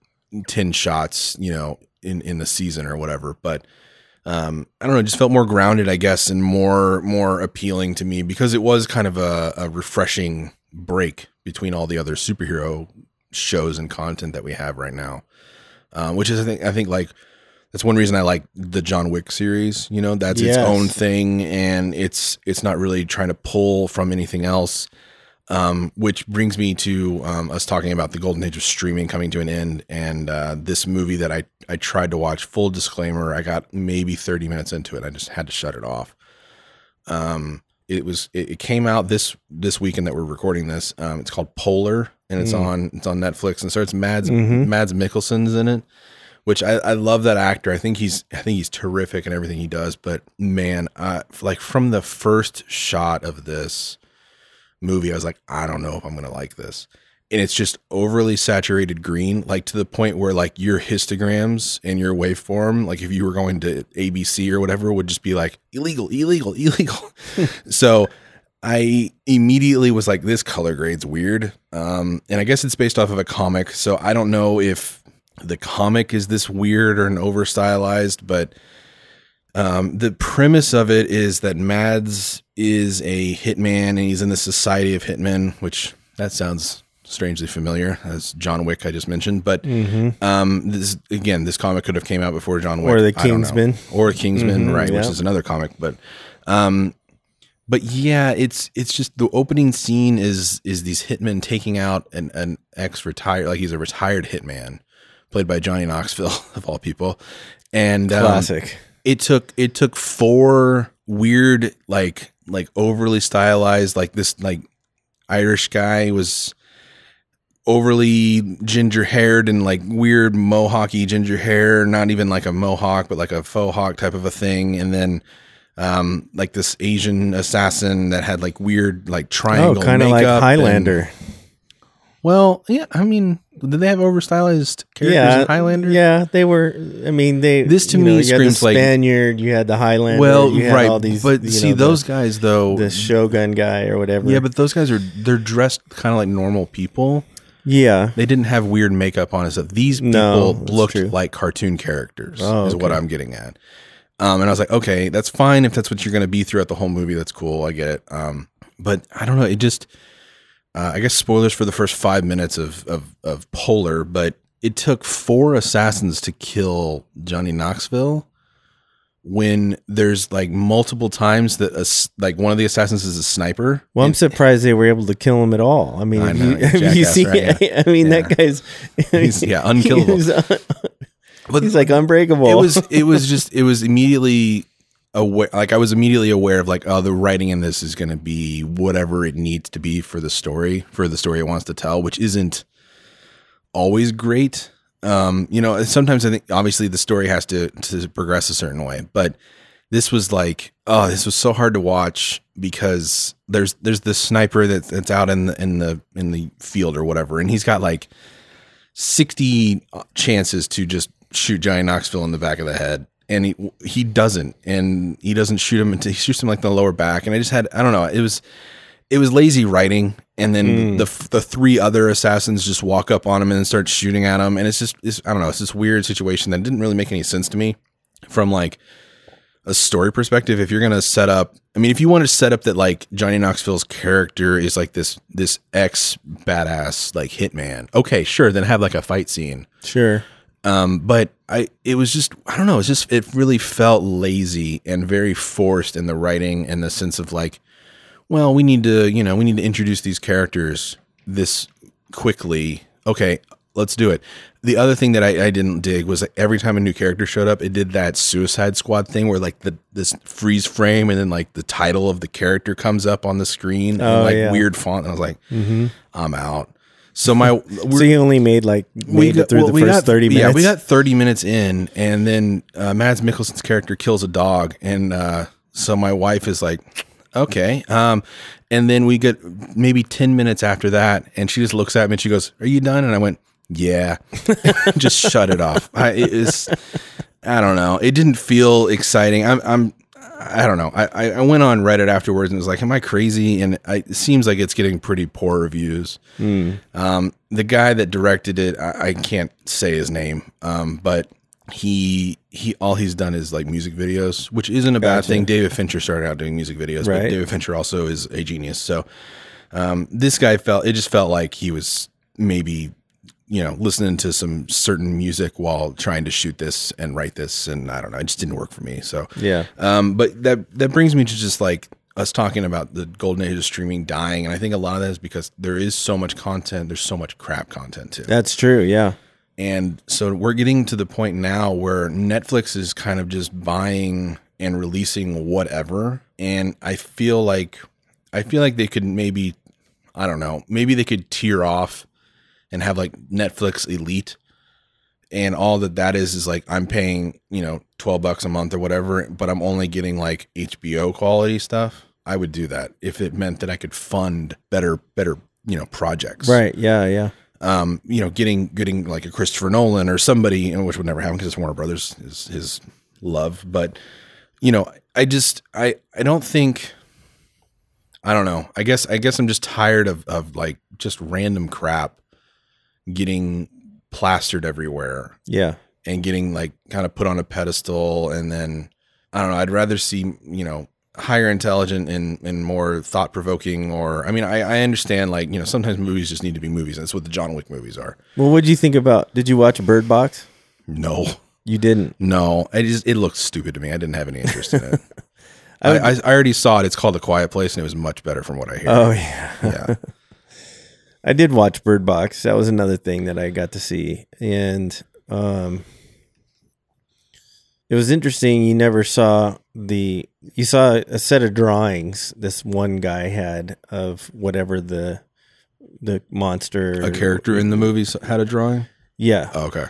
Speaker 2: 10 shots you know in in the season or whatever but um, I don't know, it just felt more grounded, I guess, and more more appealing to me because it was kind of a, a refreshing break between all the other superhero shows and content that we have right now. Um, which is I think I think like that's one reason I like the John Wick series. You know, that's its
Speaker 1: Yes.
Speaker 2: own thing, and it's it's not really trying to pull from anything else. Um, which brings me to um, us talking about the golden age of streaming coming to an end, and uh, this movie that I I tried to watch. Full disclaimer: I got maybe thirty minutes into it, I just had to shut it off. Um, it was it, it came out this this weekend that we're recording this. Um, it's called Polar, and it's
Speaker 1: Mm.
Speaker 2: on it's on Netflix, and so it's Mads
Speaker 1: Mhm.
Speaker 2: Mads Mikkelsen's in it, which I, I love that actor. I think he's I think he's terrific in everything he does. But man, I, like from the first shot of this movie, I was like, I don't know if I'm gonna like this. And it's just overly saturated green, like to the point where like your histograms and your waveform, like if you were going to ABC or whatever, would just be like illegal, illegal, illegal. so I immediately was like, this color grade's weird. Um, and I guess it's based off of a comic. So I don't know if the comic is this weird or an over stylized, but um, the premise of it is that Mads is a hitman and he's in the Society of Hitmen, which that sounds strangely familiar as John Wick I just mentioned. But
Speaker 1: Mm-hmm.
Speaker 2: um, this again, this comic could have came out before John Wick
Speaker 1: Or the
Speaker 2: I don't know.
Speaker 1: Kingsman.
Speaker 2: or Kingsman,
Speaker 1: Mhm,
Speaker 2: right? Which
Speaker 1: yeah.
Speaker 2: is another comic, but um, but yeah, it's it's just the opening scene is is these hitmen taking out an an ex retired like he's a retired hitman, played by Johnny Knoxville of all people, and um,
Speaker 1: Classic.
Speaker 2: it took it took four weird like like overly stylized like this like Irish guy was overly ginger haired and like weird mohawky ginger hair, not even like a mohawk, but like a faux hawk type of a thing. And then um like this Asian assassin that had like weird like
Speaker 1: Oh,
Speaker 2: triangle.
Speaker 1: kind of like
Speaker 2: makeup and-
Speaker 1: Highlander.
Speaker 2: well, yeah, I mean Did they have over stylized characters in Highlander?
Speaker 1: Yeah, they were. I mean, they.
Speaker 2: This to
Speaker 1: you
Speaker 2: me
Speaker 1: you had the
Speaker 2: screams like-
Speaker 1: Spaniard. You had the Highlander.
Speaker 2: well,
Speaker 1: you had
Speaker 2: right.
Speaker 1: All these,
Speaker 2: but
Speaker 1: you
Speaker 2: see,
Speaker 1: know, the-
Speaker 2: those guys though.
Speaker 1: the Shogun guy or whatever.
Speaker 2: yeah, but those guys are they're dressed kind of like normal people.
Speaker 1: yeah,
Speaker 2: They didn't have weird makeup on. Is that these people
Speaker 1: No, that's
Speaker 2: looked
Speaker 1: true.
Speaker 2: like cartoon characters?
Speaker 1: Oh,
Speaker 2: Is what
Speaker 1: okay.
Speaker 2: I'm getting at. Um, and I was like, okay, that's fine if that's what you're going to be throughout the whole movie. That's cool. I get it. Um, but I don't know. It just, uh, I guess, spoilers for the first five minutes of of of Polar, but it took four assassins to kill Johnny Knoxville. When there's like multiple times that a, s- like one of the assassins is a sniper.
Speaker 1: Well, I'm
Speaker 2: And-
Speaker 1: surprised they were able to kill him at all. I mean,
Speaker 2: I
Speaker 1: if
Speaker 2: know,
Speaker 1: you,
Speaker 2: you
Speaker 1: if you
Speaker 2: jackass,
Speaker 1: see,
Speaker 2: right?
Speaker 1: I mean,
Speaker 2: Yeah.
Speaker 1: that guy's
Speaker 2: He's- yeah, unkillable.
Speaker 1: He's,
Speaker 2: but
Speaker 1: he's like unbreakable.
Speaker 2: It was it was just it was immediately aware like I was immediately aware of like oh the writing in this is going to be whatever it needs to be for the story for the story it wants to tell which isn't always great. Um you know sometimes I think obviously the story has to to progress a certain way but this was like oh this was so hard to watch because there's there's this sniper that that's out in the in the in the field or whatever and he's got like 60 uh, chances to just shoot Johnny Knoxville in the back of the head. And he he doesn't, and he doesn't shoot him until he shoots him like the lower back. And I just had I don't know it was it was lazy writing. And then
Speaker 1: Mm.
Speaker 2: the the the three other assassins just walk up on him and start shooting at him. And it's just it's, I don't know it's this weird situation that didn't really make any sense to me from like a story perspective. If you're gonna set up, I mean, if you want to set up that like Johnny Knoxville's character is like this this ex badass like hitman, okay, sure, then have like a fight scene
Speaker 1: sure.
Speaker 2: um but i it was just i don't know it's just it really felt lazy and very forced in the writing and the sense of like well we need to you know we need to introduce these characters this quickly okay let's do it the other thing that I, I didn't dig was like every time a new character showed up it did that suicide squad thing where like the this freeze frame and then like the title of the character comes up on the screen
Speaker 1: Oh,
Speaker 2: in like
Speaker 1: yeah.
Speaker 2: weird font and i was like
Speaker 1: hmm
Speaker 2: i'm out so my
Speaker 1: So you only made like made it through
Speaker 2: well,
Speaker 1: the first thirty minutes.
Speaker 2: Yeah, we got thirty minutes in, and then uh, Mads Mikkelsen's character kills a dog, and uh, so my wife is like, "Okay," um, and then we get maybe ten minutes after that, and she just looks at me and she goes, "Are you done?" And I went, "Yeah," just shut it off. I, it is, I don't know. It didn't feel exciting. I'm. I'm I don't know. I, I- I went on Reddit afterwards and was like, "Am I crazy?" And I, it seems like it's getting pretty poor reviews.
Speaker 1: Hmm.
Speaker 2: Um, the guy that directed it, I, I can't say his name, um, but he he all he's done is like music videos, which isn't a bad
Speaker 1: Gotcha.
Speaker 2: thing. David Fincher started out doing music videos, but
Speaker 1: Right.
Speaker 2: David Fincher also is a genius. So um, this guy felt it just felt like he was maybe you know listening to some certain music while trying to shoot this and write this, and I don't know, it just didn't work for me. So
Speaker 1: yeah.
Speaker 2: um, but that that brings me to just like us talking about the golden age of streaming dying, and I think a lot of that is because there is so much content, there's so much crap content too,
Speaker 1: That's true. Yeah.
Speaker 2: and so we're getting to the point now where Netflix is kind of just buying and releasing whatever, and I feel like I feel like they could maybe, I don't know, maybe they could tear off and have like Netflix Elite. And all that that is is like I'm paying, you know, 12 bucks a month or whatever, but I'm only getting like HBO quality stuff. I would do that if it meant that I could fund better, better, you know, projects
Speaker 1: Right. Yeah. Yeah.
Speaker 2: um, you know, getting getting like a Christopher Nolan or somebody, and which would never happen because it's Warner Brothers is his love. But you know, I just I I don't think I don't know. I guess I guess I'm just tired of of like just random crap getting plastered everywhere
Speaker 1: Yeah.
Speaker 2: and getting like kind of put on a pedestal and then I don't know, I'd rather see, you know, higher intelligent and and more thought provoking or I mean I, I understand like, you know, sometimes movies just need to be movies and that's what the John Wick movies are.
Speaker 1: Well, what'd you think about? Did you watch Bird Box?
Speaker 2: No.
Speaker 1: You didn't.
Speaker 2: No. I just it looked stupid to me. I didn't have any interest in it. I, I, I already saw it. It's called A Quiet Place and it was much better from what I hear.
Speaker 1: Oh yeah.
Speaker 2: yeah.
Speaker 1: I did watch Bird Box. That was another thing that I got to see, and um, it was interesting. You never saw the you saw a set of drawings this one guy had of whatever the the monster
Speaker 2: A character in the movie had a drawing?
Speaker 1: Yeah.
Speaker 2: Oh, okay.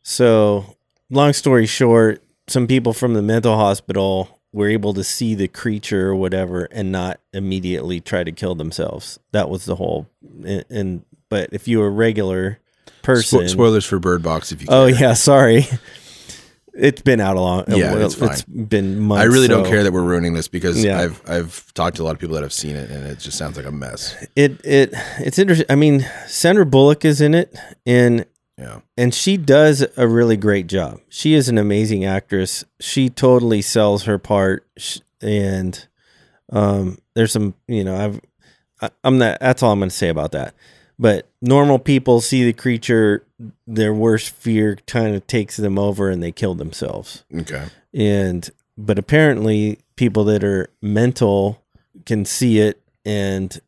Speaker 1: So, long story short, some people from the mental hospital were able to see the creature or whatever and not immediately try to kill themselves. That was the whole. And, and but if you were regular person.
Speaker 2: Spo- spoilers for Bird Box if you. Care.
Speaker 1: oh yeah, sorry. It's been out a long.
Speaker 2: Yeah,
Speaker 1: well,
Speaker 2: it's fine.
Speaker 1: it's been months.
Speaker 2: I really don't
Speaker 1: so-
Speaker 2: care that we're ruining this because
Speaker 1: Yeah.
Speaker 2: I've I've talked to a lot of people that have seen it and it just sounds like a mess.
Speaker 1: It it it's interesting. I mean, Sandra Bullock is in it, and
Speaker 2: Yeah.
Speaker 1: and she does a really great job. She is an amazing actress. She totally sells her part, Sh- and um, there's some, you know, I've, I, I'm not. That's all I'm going to say about that. But normal people see the creature, their worst fear kind of takes them over, and they kill themselves.
Speaker 2: Okay.
Speaker 1: And but apparently, people that are mental can see it, and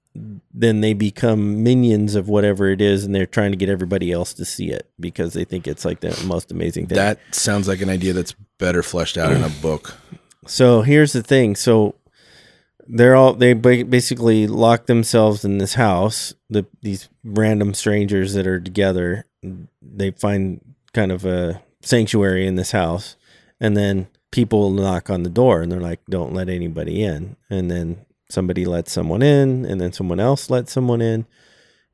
Speaker 1: then they become minions of whatever it is, and they're trying to get everybody else to see it because they think it's like the most amazing thing.
Speaker 2: That sounds like an idea that's better fleshed out in a book.
Speaker 1: So here's the thing. So they're all they ba- basically lock themselves in this house. The these random strangers that are together, they find kind of a sanctuary in this house, and then people knock on the door and they're like, "Don't let anybody in." And then somebody lets someone in, and then someone else lets someone in,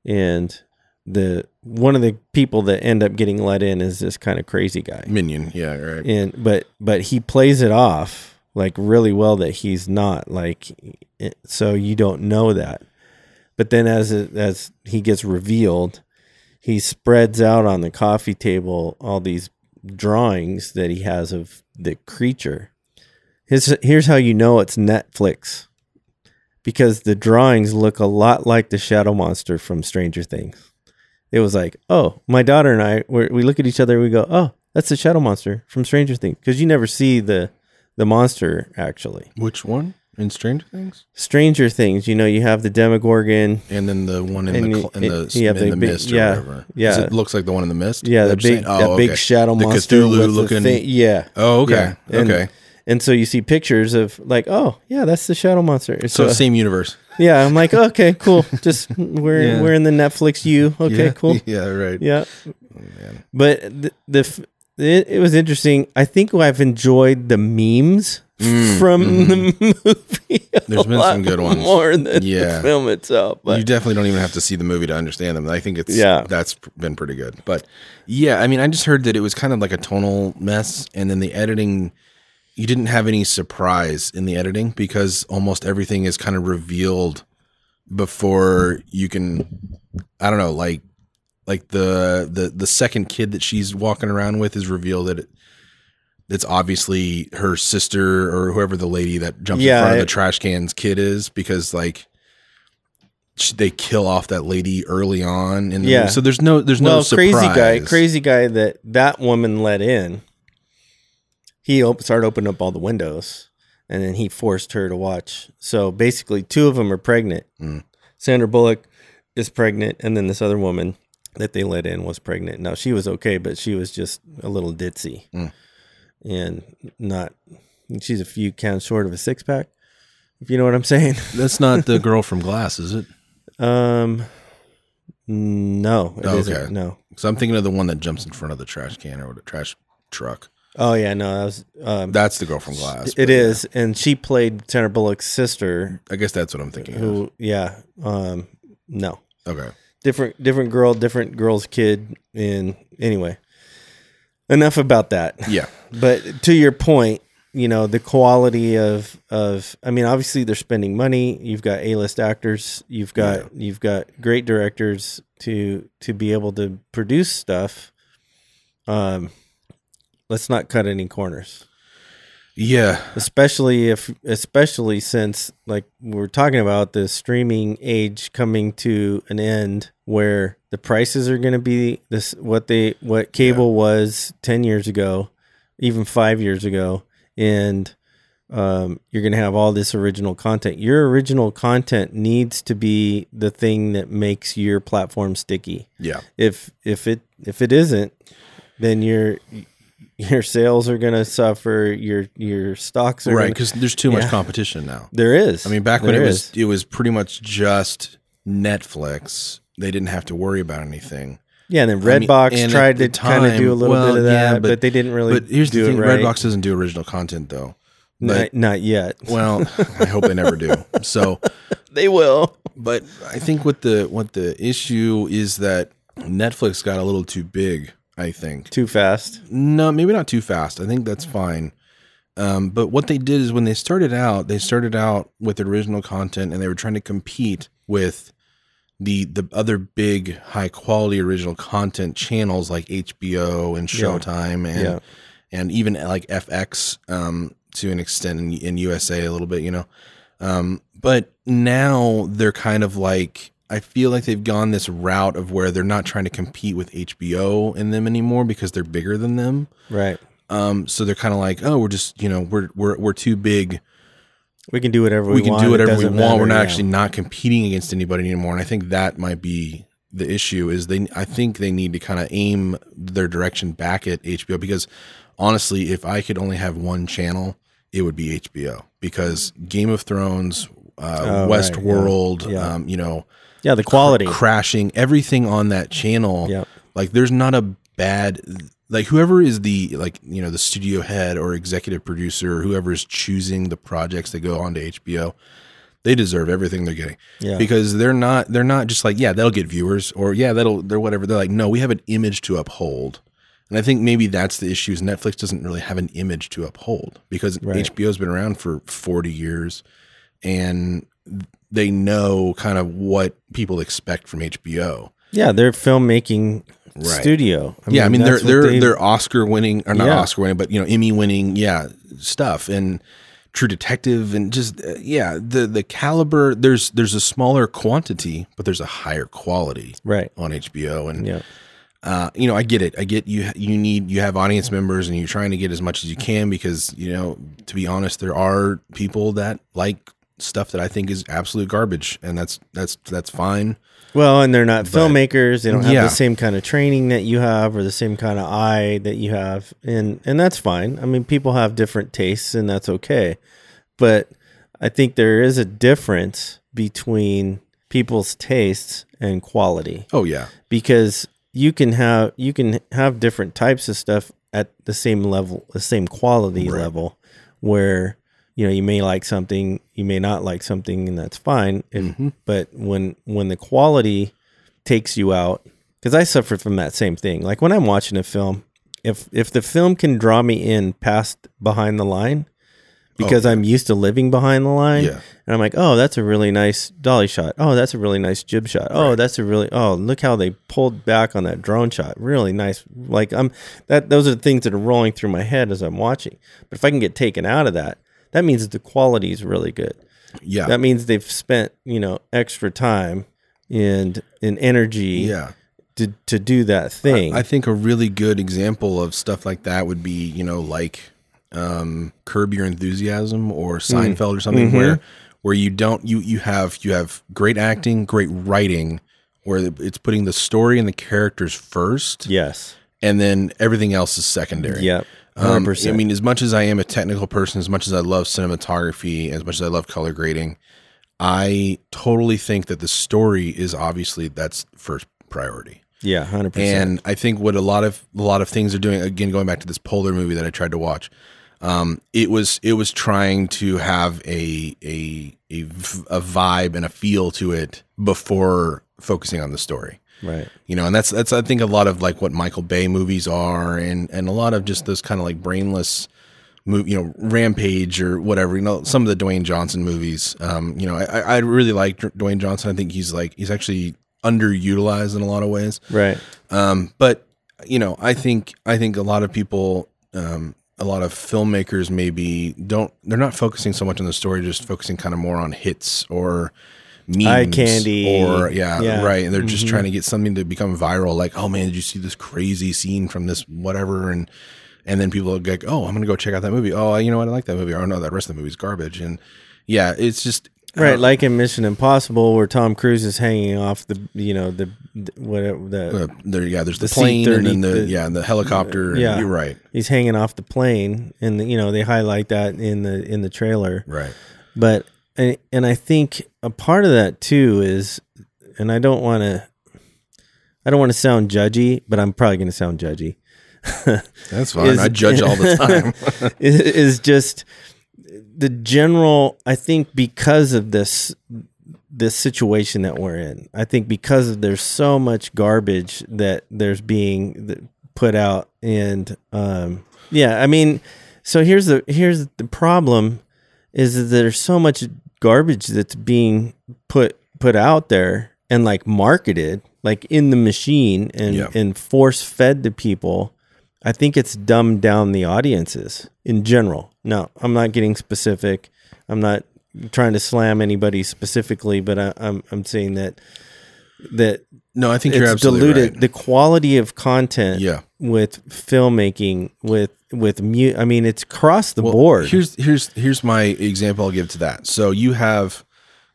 Speaker 1: and the one of the people that end up getting let in is this kind of crazy guy
Speaker 2: Minion. Yeah. Right.
Speaker 1: and but but he plays it off like really well that he's not like it- so you don't know that but then as it, as he gets revealed he spreads out on the coffee table all these drawings that he has of the creature his, here's how you know it's netflix because the drawings look a lot like the shadow monster from stranger things it was like oh my daughter and i we we look at each other and we go oh that's the shadow monster from stranger things because you never see the the monster actually
Speaker 2: Which one in Stranger Things?
Speaker 1: stranger things you know you have the demogorgon
Speaker 2: And then the one in
Speaker 1: And
Speaker 2: the
Speaker 1: you-
Speaker 2: cl- in the,
Speaker 1: it- yeah,
Speaker 2: in
Speaker 1: the
Speaker 2: the
Speaker 1: big-
Speaker 2: mist
Speaker 1: yeah,
Speaker 2: or whatever. 'Cause
Speaker 1: yeah.
Speaker 2: It looks like the one in the mist.
Speaker 1: yeah
Speaker 2: Is
Speaker 1: the
Speaker 2: that what you're
Speaker 1: big
Speaker 2: saying?
Speaker 1: that
Speaker 2: Oh,
Speaker 1: big
Speaker 2: okay.
Speaker 1: shadow
Speaker 2: The
Speaker 1: monster with the
Speaker 2: Cthulhu-looking-
Speaker 1: thing- yeah
Speaker 2: Oh, okay.
Speaker 1: Yeah, and-
Speaker 2: okay.
Speaker 1: and so you see pictures of like oh yeah that's the shadow monster
Speaker 2: So
Speaker 1: so
Speaker 2: same universe.
Speaker 1: yeah i'm like okay cool just we're
Speaker 2: Yeah.
Speaker 1: we're in the netflix you okay
Speaker 2: Yeah.
Speaker 1: cool
Speaker 2: Yeah. Right.
Speaker 1: yeah
Speaker 2: Man.
Speaker 1: but the, the f- it, it was interesting i think i've enjoyed the memes
Speaker 2: Mm,
Speaker 1: from the movie a
Speaker 2: There's been
Speaker 1: lot
Speaker 2: some good ones.
Speaker 1: more than
Speaker 2: Yeah.
Speaker 1: the film itself but
Speaker 2: you definitely don't even have to see the movie to understand them. I think it's
Speaker 1: Yeah.
Speaker 2: that's been pretty good. But yeah, I mean, I just heard that it was kind of like a tonal mess, and then the editing, you didn't have any surprise in the editing because almost everything is kind of revealed before you can. I don't know, like like the the the second kid that she's walking around with is revealed that it, it's obviously her sister or whoever the lady that jumped
Speaker 1: Yeah,
Speaker 2: in front of
Speaker 1: it-
Speaker 2: the trash cans kid is because like sh- they kill off that lady early on in the
Speaker 1: Yeah.
Speaker 2: movie. so there's no there's no
Speaker 1: well,
Speaker 2: surprise.
Speaker 1: crazy guy, crazy guy that that woman let in. He op- started opening up all the windows, and then he forced her to watch. So basically, two of them are pregnant.
Speaker 2: Mm.
Speaker 1: Sandra Bullock is pregnant, and then this other woman that they let in was pregnant. Now she was okay, but she was just a little ditzy
Speaker 2: Mm.
Speaker 1: and not. She's a few counts short of a six pack, if you know what I'm saying.
Speaker 2: that's not the girl from glass is it
Speaker 1: Um, no, it
Speaker 2: Oh, Okay.
Speaker 1: not No,
Speaker 2: because i'm thinking of the one that jumps in front of the trash can or the trash truck
Speaker 1: oh yeah, no, that was um,
Speaker 2: that's the girl from glass
Speaker 1: It
Speaker 2: but yeah,
Speaker 1: is, and she played Sandra Bullock's sister.
Speaker 2: i guess that's what i'm thinking of.
Speaker 1: Who? Yeah. Um. No.
Speaker 2: okay
Speaker 1: Different. Different girl. Different girl's kid. And anyway, enough about that.
Speaker 2: yeah
Speaker 1: But to your point, you know the quality of of. I mean, obviously they're spending money. You've got A list actors. You've got you've got great directors to to be able to produce stuff. Um, let's not cut any corners
Speaker 2: yeah
Speaker 1: especially if especially since like we're talking about the streaming age coming to an end where the prices are going to be this what they what cable was 10 years ago even 5 years ago and um, you're going to have all this original content your original content needs to be the thing that makes your platform sticky
Speaker 2: yeah
Speaker 1: if if it if it isn't then your your sales are going to suffer your your stocks are
Speaker 2: right
Speaker 1: gonna,
Speaker 2: because there's too much
Speaker 1: Yeah.
Speaker 2: competition now
Speaker 1: there is
Speaker 2: I mean, back when it
Speaker 1: There
Speaker 2: was,
Speaker 1: is.
Speaker 2: it was pretty much just Netflix. They didn't have to worry about anything.
Speaker 1: yeah and then
Speaker 2: I mean,
Speaker 1: redbox
Speaker 2: and
Speaker 1: tried
Speaker 2: at the
Speaker 1: to kind of
Speaker 2: time-
Speaker 1: do a little
Speaker 2: well,
Speaker 1: bit of
Speaker 2: yeah,
Speaker 1: that
Speaker 2: but-
Speaker 1: but, they didn't really
Speaker 2: but here's
Speaker 1: do
Speaker 2: the thing:
Speaker 1: it right
Speaker 2: Redbox doesn't do original content, though.
Speaker 1: not,
Speaker 2: But
Speaker 1: not yet
Speaker 2: well, I hope they never do. So,
Speaker 1: they will
Speaker 2: but I think what the what the issue is that Netflix got a little too big, I think.
Speaker 1: Too fast.
Speaker 2: No, maybe not too fast. I think that's fine. Um, but what they did is when they started out, they started out with original content and they were trying to compete with the the other big high quality original content channels like HBO and
Speaker 1: Yeah.
Speaker 2: Showtime and
Speaker 1: yeah.
Speaker 2: and even like FX um, to an extent in, in USA a little bit, you know. Um, but now they're kind of like I feel like they've gone this route of where they're not trying to compete with HBO and them anymore because they're bigger than them.
Speaker 1: Right.
Speaker 2: Um, so they're kind of like, oh, we're just you know we're we're we're too big.
Speaker 1: We can do whatever we,
Speaker 2: We can
Speaker 1: want.
Speaker 2: do
Speaker 1: It
Speaker 2: whatever we
Speaker 1: doesn't
Speaker 2: want.
Speaker 1: matter
Speaker 2: we're not
Speaker 1: now.
Speaker 2: actually not competing against anybody anymore. And I think that might be the issue is they I think they need to kind of aim their direction back at HBO because honestly, if I could only have one channel, it would be HBO because Game of Thrones, uh,
Speaker 1: Oh, right, yeah.
Speaker 2: Westworld,
Speaker 1: Yeah.
Speaker 2: Um, you know,
Speaker 1: Yeah, the quality.
Speaker 2: crashing everything on that channel.
Speaker 1: Yep.
Speaker 2: Like there's not a bad like whoever is the like you know the studio head or executive producer whoever is choosing the projects that go onto HBO they deserve everything they're getting
Speaker 1: Yeah.
Speaker 2: because they're not they're not just like yeah that'll get viewers or yeah that'll they're whatever they're like no we have an image to uphold and I think maybe that's the issue is Netflix doesn't really have an image to uphold because
Speaker 1: Right.
Speaker 2: HBO's been around for 40 years and they know kind of what people expect from HBO.
Speaker 1: yeah, they're filmmaking
Speaker 2: Right.
Speaker 1: studio. I
Speaker 2: yeah, I mean they're
Speaker 1: that's what
Speaker 2: they're
Speaker 1: they-
Speaker 2: they're Oscar winning or not
Speaker 1: Yeah.
Speaker 2: Oscar winning, but you know Emmy winning, yeah, stuff and True Detective and just uh, yeah, the the caliber there's there's a smaller quantity, but there's a higher quality
Speaker 1: right.
Speaker 2: on HBO and
Speaker 1: Yeah.
Speaker 2: uh, you know, I get it. I get you. You need you have audience members, and you're trying to get as much as you
Speaker 1: Mm-hmm.
Speaker 2: can because you know, to be honest, there are people that like stuff that I think is absolute garbage, and that's that's that's fine.
Speaker 1: Well, and they're not filmmakers. They don't have
Speaker 2: Yeah.
Speaker 1: the same kind of training that you have, or the same kind of eye that you have, and and that's fine. I mean, people have different tastes, and that's okay. But I think there is a difference between people's tastes and quality
Speaker 2: Oh yeah,
Speaker 1: because you can have you can have different types of stuff at the same level, the same quality
Speaker 2: Right.
Speaker 1: level, where you know you may like something, you may not like something, and that's fine. If,
Speaker 2: Mhm.
Speaker 1: But when when the quality takes you out, because I suffered from that same thing. Like when I'm watching a film, if if the film can draw me in past behind the line, because I'm used to living behind the line,
Speaker 2: yeah,
Speaker 1: and I'm like, oh, that's a really nice dolly shot. Oh, that's a really nice jib shot. Oh, that's a really oh, look how they pulled back on that drone shot. Really nice. Like I'm that those are the things that are rolling through my head as I'm watching. But if I can get taken out of that, that means that the quality is really good.
Speaker 2: yeah,
Speaker 1: That means they've spent, you know, extra time and and energy
Speaker 2: yeah.
Speaker 1: to to do that thing.
Speaker 2: I think a really good example of stuff like that would be, you know, like um, Curb Your Enthusiasm or
Speaker 1: Mm.
Speaker 2: Seinfeld or
Speaker 1: Mm-hmm.
Speaker 2: something where where you don't you you have you have great acting, great writing, where it's putting the story and the characters first,
Speaker 1: yes.
Speaker 2: and then everything else is secondary.
Speaker 1: Yep. Hundred
Speaker 2: Um, I
Speaker 1: percent.
Speaker 2: mean, as much as I am a technical person, as much as I love cinematography, as much as I love color grading, I totally think that the story is obviously that's first priority.
Speaker 1: yeah, hundred percent.
Speaker 2: And I think what a lot of a lot of things are doing again, going back to this polar movie that I tried to watch, um, it was it was trying to have a a a v- a vibe and a feel to it before focusing on the story.
Speaker 1: Right.
Speaker 2: You know, and that's that's I think a lot of like what Michael Bay movies are, and and a lot of just those kind of like brainless. Move, you know, Rampage or whatever. You know, some of the Dwayne Johnson movies. Um, you know, I, I- I really like Dwayne Johnson. I think he's like he's actually underutilized in a lot of ways.
Speaker 1: Right.
Speaker 2: Um, but you know, I think I think a lot of people, um, a lot of filmmakers maybe don't. They're not focusing so much on the story, just focusing kind of more on hits or memes
Speaker 1: Eye candy.
Speaker 2: or yeah,
Speaker 1: Yeah.
Speaker 2: right. And they're just
Speaker 1: Mhm.
Speaker 2: trying to get something to become viral. Like, oh man, did you see this crazy scene from this whatever and. And then people are like, "Oh, I'm gonna go check out that movie. Oh, you know what? I like that movie. Oh no, that rest of the movie's garbage." And yeah, it's just
Speaker 1: Right,
Speaker 2: uh,
Speaker 1: like in Mission Impossible, where Tom Cruise is hanging off the, you know, the, the whatever the
Speaker 2: uh, there, yeah. There's the,
Speaker 1: the
Speaker 2: plane and then the,
Speaker 1: C-30, the-
Speaker 2: yeah, and the helicopter. and-
Speaker 1: Yeah.
Speaker 2: you're right,
Speaker 1: he's hanging off the plane, and you know they highlight that in the in the trailer.
Speaker 2: right,
Speaker 1: But and, and I think a part of that too is, and I don't want to, I don't want to sound judgy, but I'm probably going to sound judgy.
Speaker 2: That's fine.
Speaker 1: is-
Speaker 2: I judge all the time.
Speaker 1: is, is just the general i think because of this this situation that we're in. I think because there's so much garbage that there's being th- put out, and um, yeah, I mean, so here's the here's the problem is that there's so much garbage that's being put put out there and like marketed like in the machine and
Speaker 2: Yeah.
Speaker 1: and force fed to people i think it's dumbed down the audiences in general no i'm not getting specific i'm not trying to slam anybody specifically but I, i'm i'm saying that that
Speaker 2: No, I think you're
Speaker 1: it's
Speaker 2: absolutely
Speaker 1: diluted
Speaker 2: right.
Speaker 1: the quality of content
Speaker 2: Yeah.
Speaker 1: with filmmaking with with mu- i mean it's across the
Speaker 2: Well,
Speaker 1: board
Speaker 2: Here's here's here's my example I'll give to that. So you have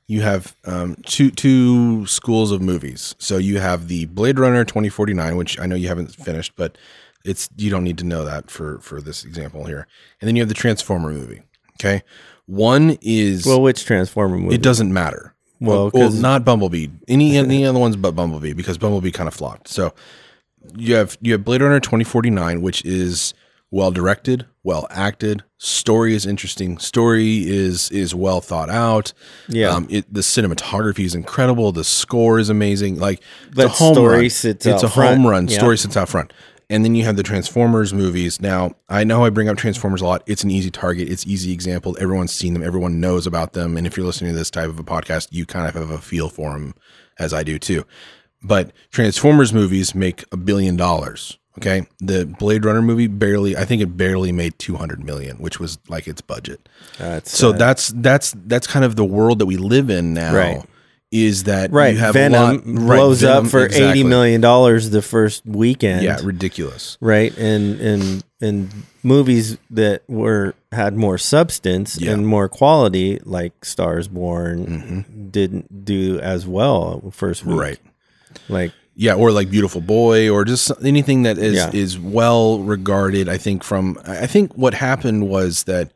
Speaker 2: you have um, two two schools of movies. So you have the Blade Runner 2049, which I know you haven't finished, but it's you don't need to know that for for this example here. And then you have the Transformer movie. Okay, one is
Speaker 1: well which transformer movie
Speaker 2: it doesn't matter.
Speaker 1: Well,
Speaker 2: Well, well
Speaker 1: 'cause-
Speaker 2: not Bumblebee. Any any other ones but Bumblebee because Bumblebee kind of flopped. So you have you have Blade Runner 2049 which is well directed, well acted, story is interesting, story is is well thought out.
Speaker 1: Yeah.
Speaker 2: Um it, the cinematography is incredible, the score is amazing. Like it's
Speaker 1: But
Speaker 2: a home
Speaker 1: story
Speaker 2: run.
Speaker 1: sits out
Speaker 2: it's a
Speaker 1: front.
Speaker 2: home run.
Speaker 1: Yeah.
Speaker 2: Story sits out front. And then you have the Transformers movies. Now, I know I bring up Transformers a lot. It's an easy target. It's easy example. Everyone's seen them. Everyone knows about them. And if you're listening to this type of a podcast, you kind of have a feel for them, as I do too. But Transformers movies make a billion dollars. Okay, the Blade Runner movie barely. I think it barely made two hundred million, which was like its budget.
Speaker 1: That's,
Speaker 2: So
Speaker 1: uh,
Speaker 2: that's that's that's kind of the world that we live in now.
Speaker 1: Right.
Speaker 2: Is that
Speaker 1: right
Speaker 2: You have a
Speaker 1: venom
Speaker 2: lot- right,
Speaker 1: blows
Speaker 2: Venom,
Speaker 1: up for
Speaker 2: exactly.
Speaker 1: 80 million dollars the first weekend
Speaker 2: Yeah, ridiculous.
Speaker 1: right and and and movies that were had more substance
Speaker 2: Yeah.
Speaker 1: and more quality like stars born didn't do as well first week
Speaker 2: Mm-hmm. Right.
Speaker 1: like
Speaker 2: Yeah, or like Beautiful Boy, or just anything that is
Speaker 1: Yeah.
Speaker 2: is well regarded. I think from I I think what happened was that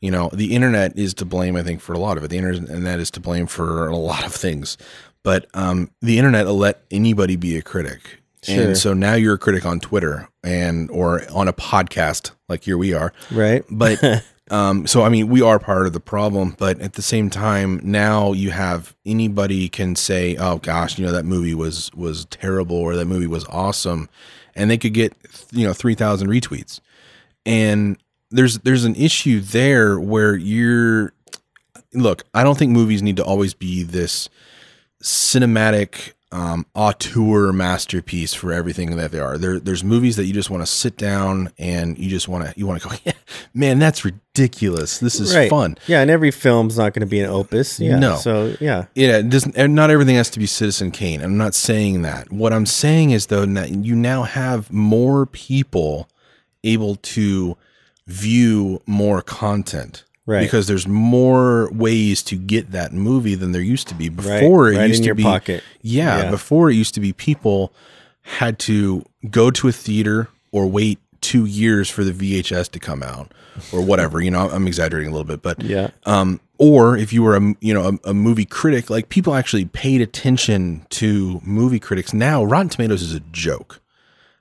Speaker 2: you know the internet is to blame. I think for a lot of it, the internet and that is to blame for a lot of things. But um, the internet will let anybody be a critic,
Speaker 1: Sure.
Speaker 2: and so now you're a critic on Twitter and or on a podcast like here we are.
Speaker 1: right
Speaker 2: But um, so I mean, we are part of the problem. But at the same time, now you have anybody can say, "Oh gosh, you know that movie was was terrible," or "That movie was awesome," and they could get you know three thousand retweets. And there's there's an issue there where you're. Look, I don't think movies need to always be this cinematic um, auteur masterpiece for everything that they are. There, there's movies that you just want to sit down and you just want to you want to go, yeah, man, that's ridiculous. This is
Speaker 1: right
Speaker 2: fun.
Speaker 1: yeah and every film's not going to be an opus yeah
Speaker 2: No.
Speaker 1: so yeah
Speaker 2: Yeah, it doesn't. and Not everything has to be Citizen Kane. I'm not saying that. What I'm saying is though that you now have more people able to view more content.
Speaker 1: Right.
Speaker 2: Because there's more ways to get that movie than there used to be
Speaker 1: right
Speaker 2: before. it
Speaker 1: right
Speaker 2: used
Speaker 1: in
Speaker 2: to
Speaker 1: your
Speaker 2: be,
Speaker 1: pocket
Speaker 2: yeah,
Speaker 1: Yeah.
Speaker 2: before it used to be people had to go to a theater or wait two years for the VHS to come out or whatever. you know, I'm exaggerating a little bit, but
Speaker 1: yeah
Speaker 2: um, or if you were a you know a, a movie critic, like people actually paid attention to movie critics. Now, Rotten Tomatoes is a joke.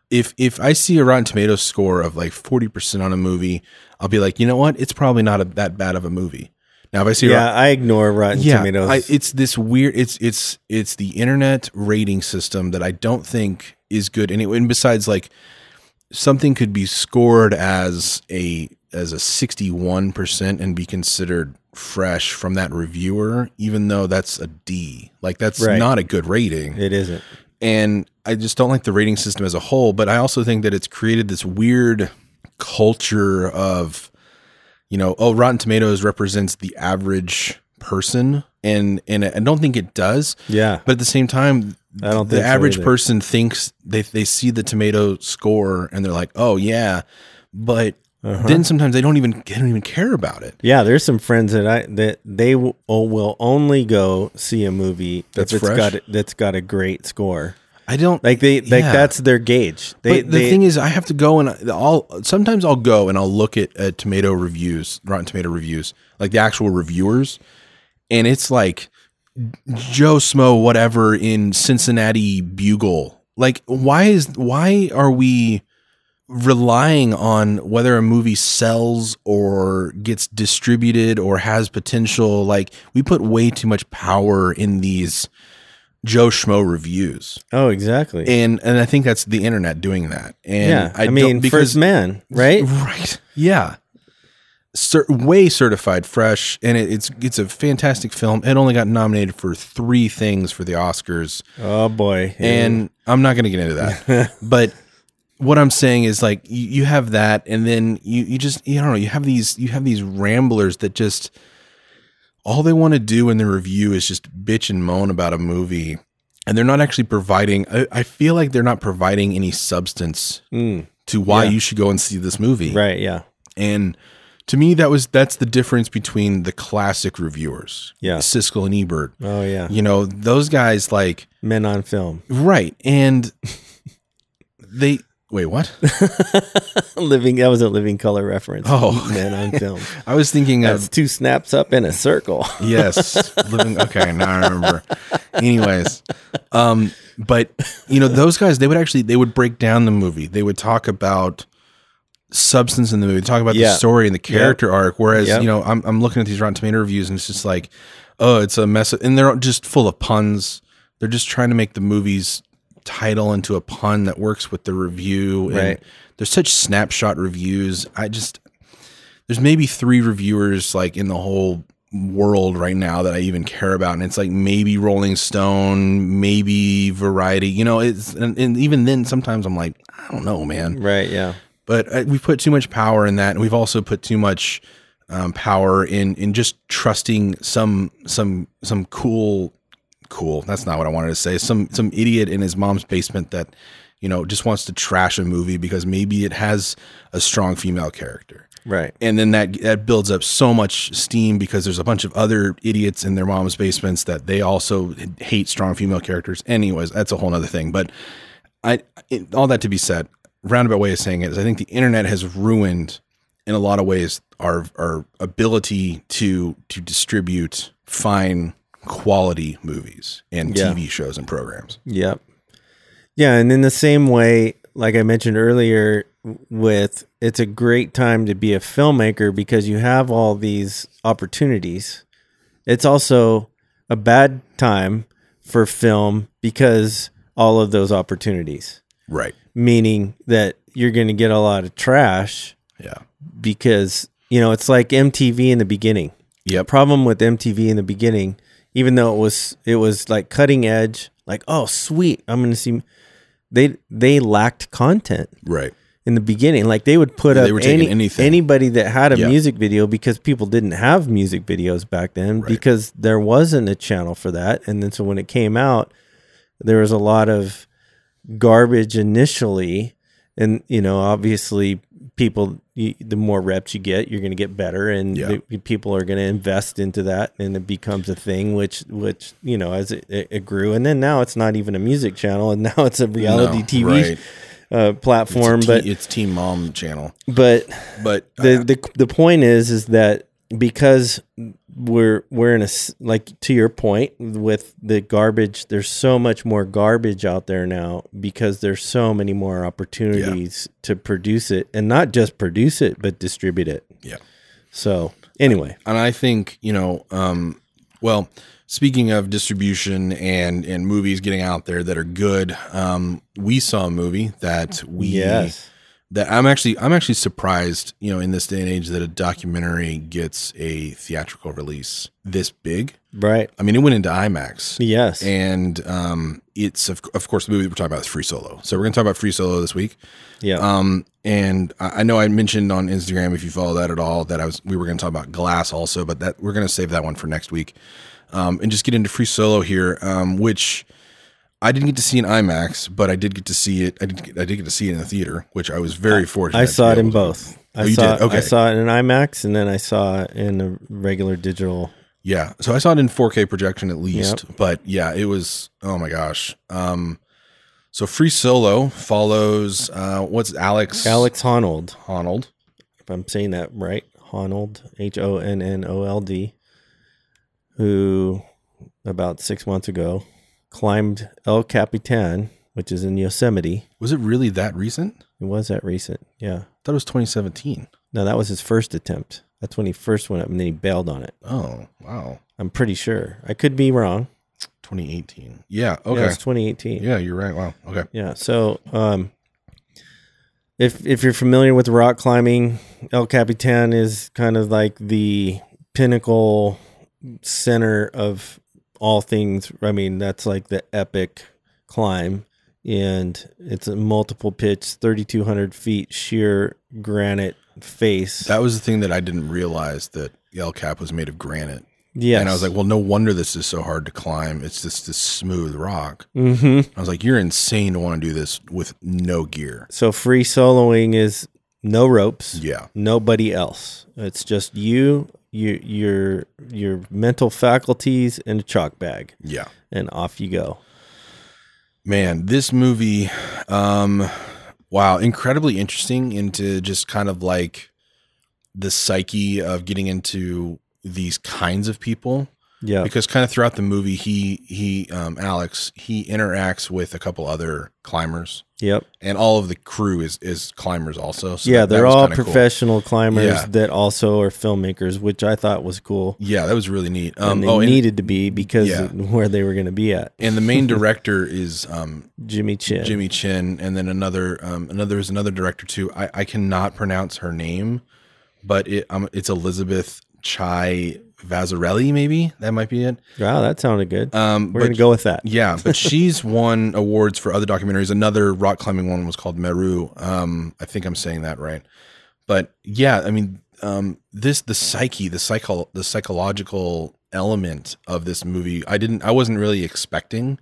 Speaker 2: If if I see a Rotten Tomatoes score of like forty percent on a movie, I'll be like, you know what? It's probably not a, that bad of a movie. Now, if I see a
Speaker 1: yeah i ignore rotten tomatoes
Speaker 2: I, it's this weird. It's it's it's the internet rating system that I don't think is good. And, it, and besides, like something could be scored as a as a sixty one percent and be considered fresh from that reviewer, even though that's a D. Like that's
Speaker 1: Right.
Speaker 2: not a good rating.
Speaker 1: it isn't
Speaker 2: And I just don't like the rating system as a whole. But I also think that it's created this weird culture of you know, oh, Rotten Tomatoes represents the average person, and and I don't think it does.
Speaker 1: yeah
Speaker 2: But at the same time,
Speaker 1: I don't
Speaker 2: the
Speaker 1: think so
Speaker 2: average
Speaker 1: either.
Speaker 2: person thinks they they see the tomato score and they're like, oh yeah, but
Speaker 1: Uh-huh.
Speaker 2: then sometimes they don't even they don't even care about it.
Speaker 1: Yeah, there's some friends that I that they will, will only go see a movie
Speaker 2: That's
Speaker 1: if it's
Speaker 2: fresh?
Speaker 1: got a, that's got a great score.
Speaker 2: I don't
Speaker 1: Like they like
Speaker 2: Yeah.
Speaker 1: that's their gauge. They,
Speaker 2: but the
Speaker 1: they-
Speaker 2: thing is, I have to go and I'll sometimes I'll go and I'll look at, at tomato reviews, Rotten Tomato reviews, like the actual reviewers, and it's like Joe Smo whatever in Cincinnati Bugle. Like, why is why are we relying on whether a movie sells or gets distributed or has potential. Like we put way too much power in these Joe Schmo reviews,
Speaker 1: Oh, exactly.
Speaker 2: and and I think that's the internet doing that. And
Speaker 1: yeah. I,
Speaker 2: don't-
Speaker 1: mean, first man, right?
Speaker 2: Right. Yeah. Cer- way certified fresh, and it, it's it's a fantastic film. It only got nominated for three things for the Oscars,
Speaker 1: Oh boy.
Speaker 2: and I'm not going to get into that. but what I'm saying is, like, you, you have that, and then you you just you don't know you have these you have these ramblers that just all they want to do in the review is just bitch and moan about a movie, and they're not actually providing. I, I feel like they're not providing any substance
Speaker 1: Mm,
Speaker 2: to why
Speaker 1: Yeah.
Speaker 2: you should go and see this movie,
Speaker 1: right. Yeah.
Speaker 2: and to me, that was that's the difference between the classic reviewers,
Speaker 1: Yeah.
Speaker 2: Siskel and Ebert.
Speaker 1: Oh yeah.
Speaker 2: You know, those guys like
Speaker 1: Men on film.
Speaker 2: right, and they wait. What
Speaker 1: living. That was a living color reference.
Speaker 2: Oh.
Speaker 1: men on film.
Speaker 2: I was thinking
Speaker 1: That's
Speaker 2: of
Speaker 1: two snaps up in a circle.
Speaker 2: yes, living. Okay, now I remember. Anyways, um, but you know, those guys they would actually they would break down the movie. They would talk about substance in the movie, talk about
Speaker 1: Yeah.
Speaker 2: the story and the character arc. Whereas
Speaker 1: Yep.
Speaker 2: you know, I'm I'm looking at these Rotten Tomato reviews and it's just like, oh, it's a mess, and they're just full of puns. They're just trying to make the movie's title into a pun that works with the review. And
Speaker 1: Right.
Speaker 2: There's such snapshot reviews. I just there's maybe three reviewers like in the whole world right now that I even care about, and it's like maybe Rolling Stone, maybe Variety. You know, it's and, and even then sometimes I'm like, I don't know, man
Speaker 1: right. Yeah.
Speaker 2: but uh, we've put too much power in that and we've also put too much um, power in in just trusting some some some cool cool that's not what i wanted to say some some idiot in his mom's basement that you know just wants to trash a movie because maybe it has a strong female character
Speaker 1: Right.
Speaker 2: and then that that builds up so much steam because there's a bunch of other idiots in their mom's basements that they also hate strong female characters. Anyways, that's a whole other thing. But I it, all that to be said, roundabout way of saying it is, I think the internet has ruined in a lot of ways our our ability to to distribute fine quality movies and
Speaker 1: Yeah.
Speaker 2: TV shows and programs.
Speaker 1: Yep. Yeah, and in the same way, like I mentioned earlier, with it's a great time to be a filmmaker because you have all these opportunities. It's also a bad time for film because all of those opportunities,
Speaker 2: Right.
Speaker 1: meaning that you're going to get a lot of trash
Speaker 2: Yeah.
Speaker 1: because, you know, it's like MTV in the beginning
Speaker 2: Yep.
Speaker 1: problem with MTV in the beginning, even though it was it was like cutting edge, like oh sweet, I'm gonna see. They they lacked content
Speaker 2: Right.
Speaker 1: in the beginning. Like they would put
Speaker 2: Yeah,
Speaker 1: up
Speaker 2: they were taking
Speaker 1: any,
Speaker 2: anything.
Speaker 1: anybody that had a
Speaker 2: Yeah.
Speaker 1: music video because people didn't have music videos back then
Speaker 2: Right.
Speaker 1: because there wasn't a channel for that. And then so when it came out, there was a lot of garbage initially, and you know obviously people you, the more reps you get you're going to get better and
Speaker 2: Yeah.
Speaker 1: the, people are going to invest into that and it becomes a thing which which you know as it, it, it grew and then now it's not even a music channel and now it's a reality
Speaker 2: No,
Speaker 1: tv
Speaker 2: right.
Speaker 1: uh, platform
Speaker 2: It's a
Speaker 1: but
Speaker 2: teen- it's Teen Mom channel,
Speaker 1: but
Speaker 2: but
Speaker 1: the the the point is is that because we're we're in a s- like to your point with the garbage there's so much more garbage out there now because there's so many more opportunities to produce it and not just produce it but distribute it
Speaker 2: Yeah.
Speaker 1: so anyway
Speaker 2: and I think you know, um, well, speaking of distribution and and movies getting out there that are good, um, we saw a movie that we
Speaker 1: yes
Speaker 2: that I'm actually I'm actually surprised, you know, in this day and age that a documentary gets a theatrical release this big.
Speaker 1: right
Speaker 2: I mean, it went into IMAX.
Speaker 1: yes
Speaker 2: And um, it's of, of course the movie that we're talking about is Free Solo. So we're going to talk about Free Solo this week.
Speaker 1: yeah
Speaker 2: Um, and I I know I mentioned on Instagram, if you follow that at all, that I was we were going to talk about Glass also, but that we're going to save that one for next week, um, and just get into Free Solo here, um, which I didn't get to see in IMAX, but I did get to see it. I did get, I did get to see it in the theater, which I was very fortunate.
Speaker 1: i
Speaker 2: to
Speaker 1: saw
Speaker 2: be
Speaker 1: it in
Speaker 2: able to-
Speaker 1: both I
Speaker 2: Oh, you
Speaker 1: saw
Speaker 2: did? Okay.
Speaker 1: I saw it in IMAX and then I saw it in a regular digital
Speaker 2: Yeah, so I saw it in 4K projection at least, but yeah, it was oh my gosh. Um, so Free Solo follows uh, what's Alex
Speaker 1: Alex Honnold
Speaker 2: Honnold.
Speaker 1: if I'm saying that right, Honold, H O N N O L D, who about six months ago climbed El Capitan which is in Yosemite.
Speaker 2: Was it really that recent?
Speaker 1: It was that recent. Yeah.
Speaker 2: I thought it was 2017.
Speaker 1: No, that was his first attempt. That's when he first went up and then he bailed on it.
Speaker 2: Oh, wow.
Speaker 1: I'm pretty sure. I could be wrong.
Speaker 2: 2018. Yeah.
Speaker 1: Yeah,
Speaker 2: Okay.
Speaker 1: it's 2018.
Speaker 2: Yeah, you're right. Wow. Okay.
Speaker 1: Yeah. So, um, if if you're familiar with rock climbing, El Capitan is kind of like the pinnacle center of all things. I mean, that's like the epic climb, and it's a multiple pitch, 3,200 feet sheer granite face.
Speaker 2: That was the thing that I didn't realize that the El Cap was made of granite.
Speaker 1: yes.
Speaker 2: And I was like, well, no wonder this is so hard to climb. It's just this smooth rock.
Speaker 1: mm-hmm.
Speaker 2: I was like, you're insane to want to do this with no gear.
Speaker 1: So free soloing is no ropes.
Speaker 2: Yeah.
Speaker 1: nobody else. It's just you, you, your your mental faculties, and a chalk bag,
Speaker 2: Yeah.
Speaker 1: and off you go.
Speaker 2: Man, this movie, um, wow, incredibly interesting into just kind of like the psyche of getting into these kinds of people.
Speaker 1: Yeah,
Speaker 2: because kind of throughout the movie he he um alex he interacts with a couple other climbers
Speaker 1: yep,
Speaker 2: and all of the crew is is climbers also so
Speaker 1: yeah.
Speaker 2: that- that
Speaker 1: They're
Speaker 2: was
Speaker 1: all
Speaker 2: kinda cool.
Speaker 1: professional climbers
Speaker 2: Yeah.
Speaker 1: that also are filmmakers, which I thought was cool.
Speaker 2: yeah that was really neat um
Speaker 1: and they
Speaker 2: oh and,
Speaker 1: needed to be because
Speaker 2: Yeah.
Speaker 1: of where they were going to be at.
Speaker 2: and the main director is um
Speaker 1: Jimmy Chin.
Speaker 2: jimmy chin and then another um another is another director too i i cannot pronounce her name but it um it's elizabeth chai Vazarelli, maybe that might be it.
Speaker 1: Wow, that sounded good.
Speaker 2: Um,
Speaker 1: we're
Speaker 2: but
Speaker 1: going to go with that.
Speaker 2: Yeah, but she's won awards for other documentaries. Another rock climbing one was called Meru. Um, I think I'm saying that right. But yeah, I mean, um, this the psyche, the psycho, the psychological element of this movie. I didn't, I wasn't really expecting.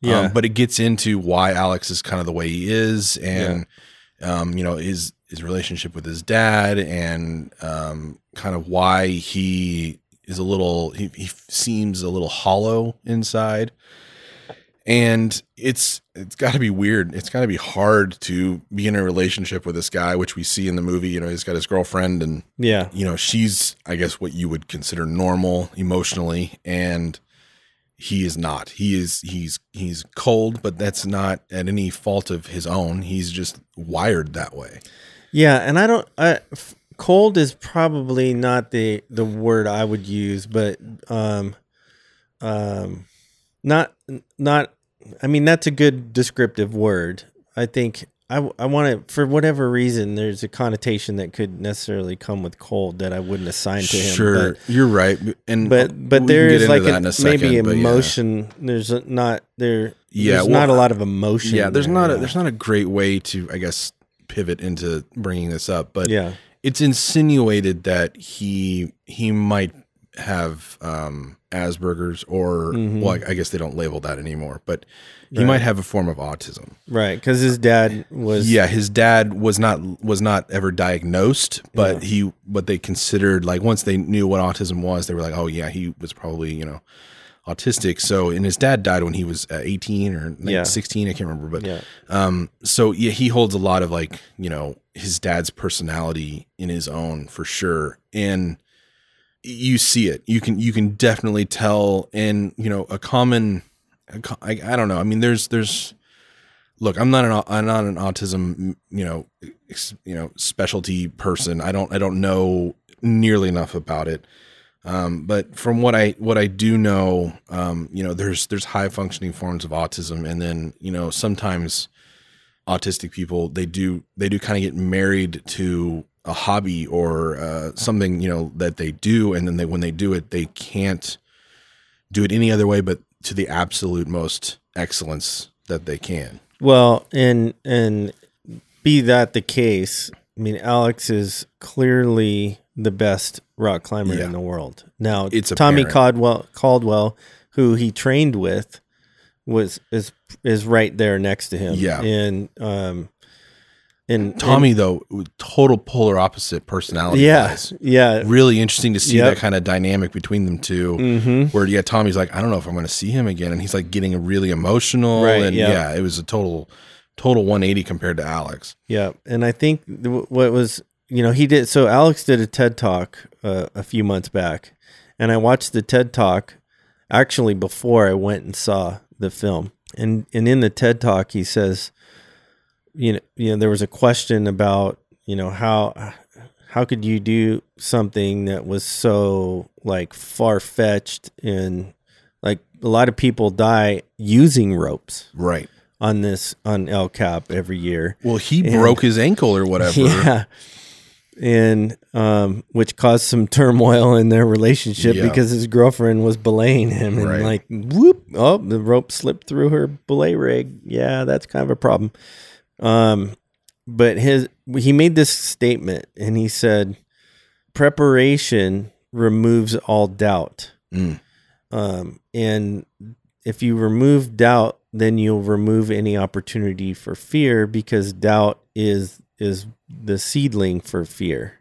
Speaker 1: Yeah.
Speaker 2: um, but it gets into why Alex is kind of the way he is, and um, you know his his relationship with his dad, and um, kind of why he is a little he, he seems a little hollow inside and it's it's got to be weird it's got to be hard to be in a relationship with this guy which we see in the movie you know he's got his girlfriend and
Speaker 1: yeah,
Speaker 2: you know she's i guess what you would consider normal emotionally and he is not he is he's he's cold but that's not at any fault of his own he's just wired that way
Speaker 1: yeah. And I don't. I, f- cold is probably not the the word I would use, but um, um not not i mean that's a good descriptive word i think i i want to for whatever reason there's a connotation that could necessarily come with cold that i wouldn't assign to him
Speaker 2: sure
Speaker 1: but
Speaker 2: you're right and
Speaker 1: but,
Speaker 2: we can
Speaker 1: but there
Speaker 2: get
Speaker 1: is
Speaker 2: into
Speaker 1: like
Speaker 2: that
Speaker 1: a,
Speaker 2: in a
Speaker 1: maybe
Speaker 2: second, but yeah.
Speaker 1: emotion there's a, not there
Speaker 2: Yeah,
Speaker 1: there's
Speaker 2: well,
Speaker 1: not a lot of emotion
Speaker 2: yeah there's
Speaker 1: there,
Speaker 2: not a
Speaker 1: yeah.
Speaker 2: there's not a great way to i guess pivot into bringing this up but
Speaker 1: yeah
Speaker 2: it's insinuated that he he might have um asperger's or
Speaker 1: Mhm.
Speaker 2: well I, I guess they don't label that anymore but he
Speaker 1: Right.
Speaker 2: might have a form of autism
Speaker 1: right because his dad was
Speaker 2: yeah his dad was not was not ever diagnosed but he but they considered like once they knew what autism was they were like oh yeah he was probably you know autistic so and his dad died when he was uh, 18 or like,
Speaker 1: Yeah.
Speaker 2: 16 i can't remember but
Speaker 1: yeah
Speaker 2: um, so yeah, he holds a lot of like, you know, his dad's personality in his own for sure. And you see it, you can, you can definitely tell. And, you know, a common, a co- I, I don't know. I mean, there's, there's, look, I'm not an, au- I'm not an autism, you know, ex, you know, specialty person. I don't, I don't know nearly enough about it. Um, but from what I what I do know, um, you know, there's there's high functioning forms of autism, and then you know sometimes autistic people they do they do kind of get married to a hobby or uh, something you know that they do, and then they when they do it they can't do it any other way but to the absolute most excellence that they can.
Speaker 1: Well, and and be that the case, I mean Alex is clearly the best rock climber
Speaker 2: Yeah.
Speaker 1: in the world. Now
Speaker 2: It's
Speaker 1: Tommy
Speaker 2: apparent.
Speaker 1: Caldwell Caldwell, who he trained with, was is is right there next to him.
Speaker 2: Yeah.
Speaker 1: And um and
Speaker 2: Tommy though, total polar opposite personality.
Speaker 1: and, yeah,
Speaker 2: wise.
Speaker 1: yeah.
Speaker 2: really interesting to see
Speaker 1: Yep.
Speaker 2: that kind of dynamic between them two.
Speaker 1: Mm-hmm.
Speaker 2: where yeah, Tommy's like, I don't know if I'm going to see him again, and he's like getting really emotional,
Speaker 1: Right,
Speaker 2: and
Speaker 1: yeah.
Speaker 2: yeah. it was a total, total 180 compared to Alex.
Speaker 1: Yeah, and I think th- what was you know he did so Alex did a TED talk uh, a few months back, and I watched the TED talk actually before I went and saw the film, and and in the TED talk he says, you know, you know, there was a question about you know how how could you do something that was so like far fetched and like a lot of people die using ropes
Speaker 2: Right.
Speaker 1: on this on El Cap every year.
Speaker 2: Well, he
Speaker 1: And-
Speaker 2: broke his ankle or whatever.
Speaker 1: Yeah. And um, which caused some turmoil in their relationship
Speaker 2: Yeah.
Speaker 1: because his girlfriend was belaying him and
Speaker 2: Right.
Speaker 1: like whoop, oh the rope slipped through her belay rig. Yeah, that's kind of a problem. Um, but his he made this statement and he said, "Preparation removes all doubt."
Speaker 2: Mm.
Speaker 1: Um, and if you remove doubt, then you'll remove any opportunity for fear because doubt is is the seedling for fear.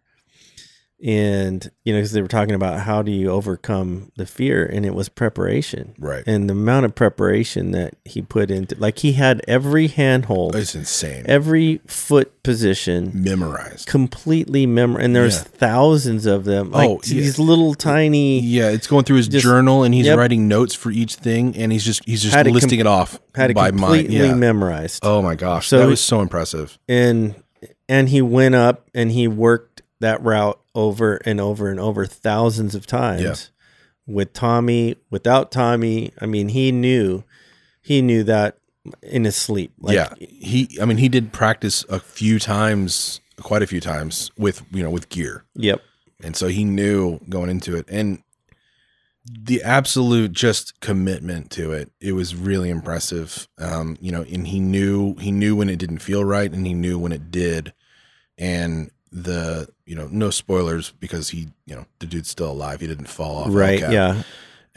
Speaker 1: And you know, because they were talking about how do you overcome the fear, and it was preparation.
Speaker 2: Right.
Speaker 1: And the amount of preparation that he put into, like he had every handhold,
Speaker 2: It's insane.
Speaker 1: every foot position
Speaker 2: Memorized.
Speaker 1: completely memor, and there's
Speaker 2: Yeah.
Speaker 1: thousands of them. Like
Speaker 2: Oh, yeah.
Speaker 1: these little tiny.
Speaker 2: Yeah, it's going through his
Speaker 1: Just-
Speaker 2: journal and he's
Speaker 1: yep.
Speaker 2: writing notes for each thing and he's just he's just
Speaker 1: Had it
Speaker 2: listing it off
Speaker 1: had it
Speaker 2: by mind.
Speaker 1: completely
Speaker 2: Yeah.
Speaker 1: memorized.
Speaker 2: oh my gosh.
Speaker 1: So
Speaker 2: that
Speaker 1: it-
Speaker 2: was so impressive.
Speaker 1: And and he went up and he worked that route over and over and over thousands of times
Speaker 2: Yeah.
Speaker 1: with Tommy, without Tommy. I mean, he knew he knew that in his sleep.
Speaker 2: yeah. He I mean he did practice a few times, quite a few times with, you know, with gear.
Speaker 1: Yep.
Speaker 2: And so he knew going into it and the absolute just commitment to it. It was really impressive. Um, you know, and he knew he knew when it didn't feel right and he knew when it did. And the, you know, no spoilers because he, you know, the dude's still alive. He didn't fall off.
Speaker 1: Right.
Speaker 2: Oh, Okay
Speaker 1: Yeah.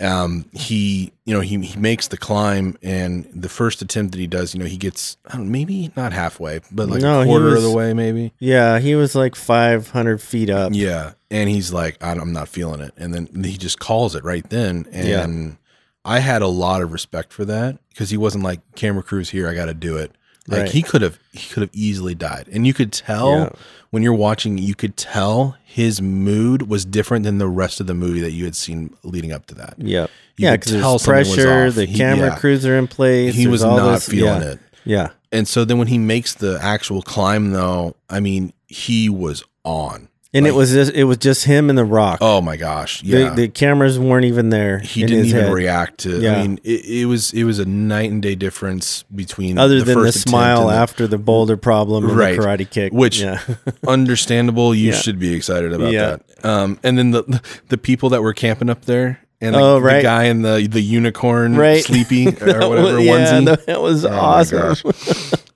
Speaker 2: um, he you know he, he makes the climb and the first attempt that he does you know he gets I don't, maybe not halfway but like
Speaker 1: No,
Speaker 2: a
Speaker 1: he
Speaker 2: quarter of the
Speaker 1: was-
Speaker 2: way maybe
Speaker 1: Yeah. He was like 500 feet up.
Speaker 2: yeah and he's like I don't- i'm not feeling it and then he just calls it right then and i had a lot of respect for that because he wasn't like camera crews here i gotta do it like
Speaker 1: Right.
Speaker 2: he could have he could have easily died and you could tell
Speaker 1: Yeah.
Speaker 2: when you're watching you could tell his mood was different than the rest of the movie that you had seen leading up to that
Speaker 1: Yep.
Speaker 2: You
Speaker 1: yeah,
Speaker 2: could
Speaker 1: because there's
Speaker 2: tell something was
Speaker 1: pressure.
Speaker 2: off.
Speaker 1: The
Speaker 2: He-
Speaker 1: camera
Speaker 2: yeah.
Speaker 1: crews are in place.
Speaker 2: he
Speaker 1: there's
Speaker 2: was
Speaker 1: all
Speaker 2: not
Speaker 1: this-
Speaker 2: feeling
Speaker 1: yeah,
Speaker 2: it.
Speaker 1: Yeah.
Speaker 2: And so then when he makes the actual climb, though, I mean, he was on.
Speaker 1: And it
Speaker 2: Like-
Speaker 1: was just it was just him and the rock.
Speaker 2: Oh my gosh,
Speaker 1: The-
Speaker 2: yeah.
Speaker 1: the, cameras weren't even there.
Speaker 2: he
Speaker 1: in
Speaker 2: didn't
Speaker 1: his
Speaker 2: even
Speaker 1: head.
Speaker 2: react to.
Speaker 1: Yeah.
Speaker 2: I mean, it, it was it was a night and day difference between
Speaker 1: other than the
Speaker 2: attempt
Speaker 1: smile
Speaker 2: and the-
Speaker 1: after the boulder problem and
Speaker 2: Right.
Speaker 1: the karate kick,
Speaker 2: Which-
Speaker 1: yeah,
Speaker 2: understandable. You
Speaker 1: Yeah.
Speaker 2: should be excited about
Speaker 1: Yeah.
Speaker 2: that. Um, and then the the people that were camping up there, and the,
Speaker 1: Oh,
Speaker 2: the
Speaker 1: right.
Speaker 2: guy in the the unicorn
Speaker 1: Right.
Speaker 2: sleepy or whatever
Speaker 1: yeah,
Speaker 2: onesie.
Speaker 1: that was
Speaker 2: Oh my
Speaker 1: awesome,
Speaker 2: gosh.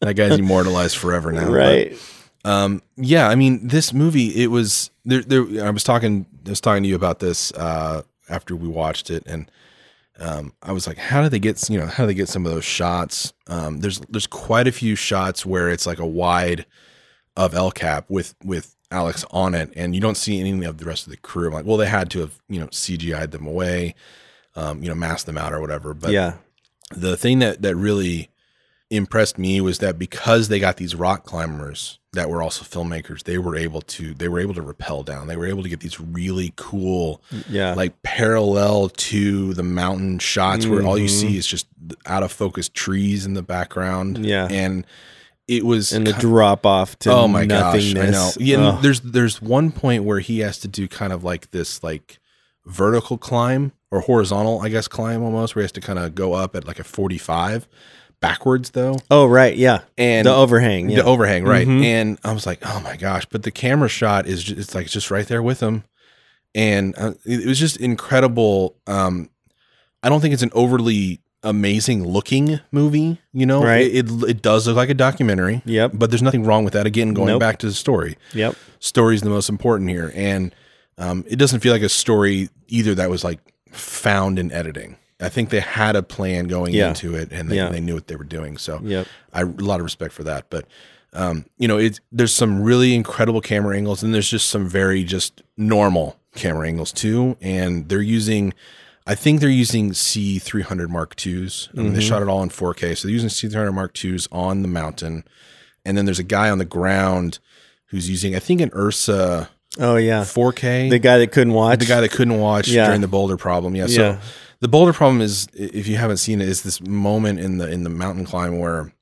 Speaker 2: that guy's immortalized forever now. but-
Speaker 1: right?
Speaker 2: Um, yeah, I mean, this movie, it was there, there. I was talking, I was talking to you about this uh, after we watched it, and um, I was like, how do they get, you know, how do they get some of those shots? Um, there's, there's quite a few shots where it's like a wide of El Cap with with Alex on it, and you don't see any of the rest of the crew. I'm like, well, they had to have, you know, CGI'd them away, um, you know, masked them out or whatever. But
Speaker 1: yeah,
Speaker 2: the thing that that really impressed me was that because they got these rock climbers that were also filmmakers they were able to they were able to rappel down they were able to get these really cool
Speaker 1: yeah,
Speaker 2: like parallel to the mountain shots where all you
Speaker 1: Mhm.
Speaker 2: see is just the out of focus trees in the background
Speaker 1: yeah,
Speaker 2: and it was
Speaker 1: and the
Speaker 2: ki-
Speaker 1: drop off to
Speaker 2: oh my gosh i
Speaker 1: nothingness.
Speaker 2: know yeah and
Speaker 1: Ugh.
Speaker 2: there's there's one point where he has to do kind of like this like vertical climb or horizontal i guess climb almost where he has to kind of go up at like a 45 backwards though
Speaker 1: oh right, yeah,
Speaker 2: and
Speaker 1: the overhang,
Speaker 2: the
Speaker 1: yeah,
Speaker 2: overhang, right
Speaker 1: Mhm.
Speaker 2: and i was like oh my gosh but the camera shot is just, it's like just right there with him and uh, it it was just incredible um i don't think it's an overly amazing looking movie you know
Speaker 1: Right.
Speaker 2: it, it, it does look like a documentary
Speaker 1: yep,
Speaker 2: but there's nothing wrong with that again going
Speaker 1: Nope.
Speaker 2: back to the story
Speaker 1: yep,
Speaker 2: story's the most important here and um, it doesn't feel like a story either that was like found in editing i think they had a plan going
Speaker 1: Yeah.
Speaker 2: into it and they,
Speaker 1: Yeah.
Speaker 2: they knew what they were doing so
Speaker 1: yep,
Speaker 2: I a lot of respect for that but um, you know it's there's some really incredible camera angles and there's just some very just normal camera angles too and they're using I think they're using C300 Mark IIs. I mean, They
Speaker 1: Mhm.
Speaker 2: shot it all in 4K. So they're using C300 Mark IIs on the mountain. And then there's a guy on the ground who's using, I think, an Ursa
Speaker 1: oh yeah,
Speaker 2: 4K.
Speaker 1: the guy that couldn't watch,
Speaker 2: The guy that couldn't watch
Speaker 1: Yeah.
Speaker 2: during the boulder problem. Yeah. So
Speaker 1: yeah,
Speaker 2: the boulder problem is if you haven't seen it is this moment in the in the mountain climb where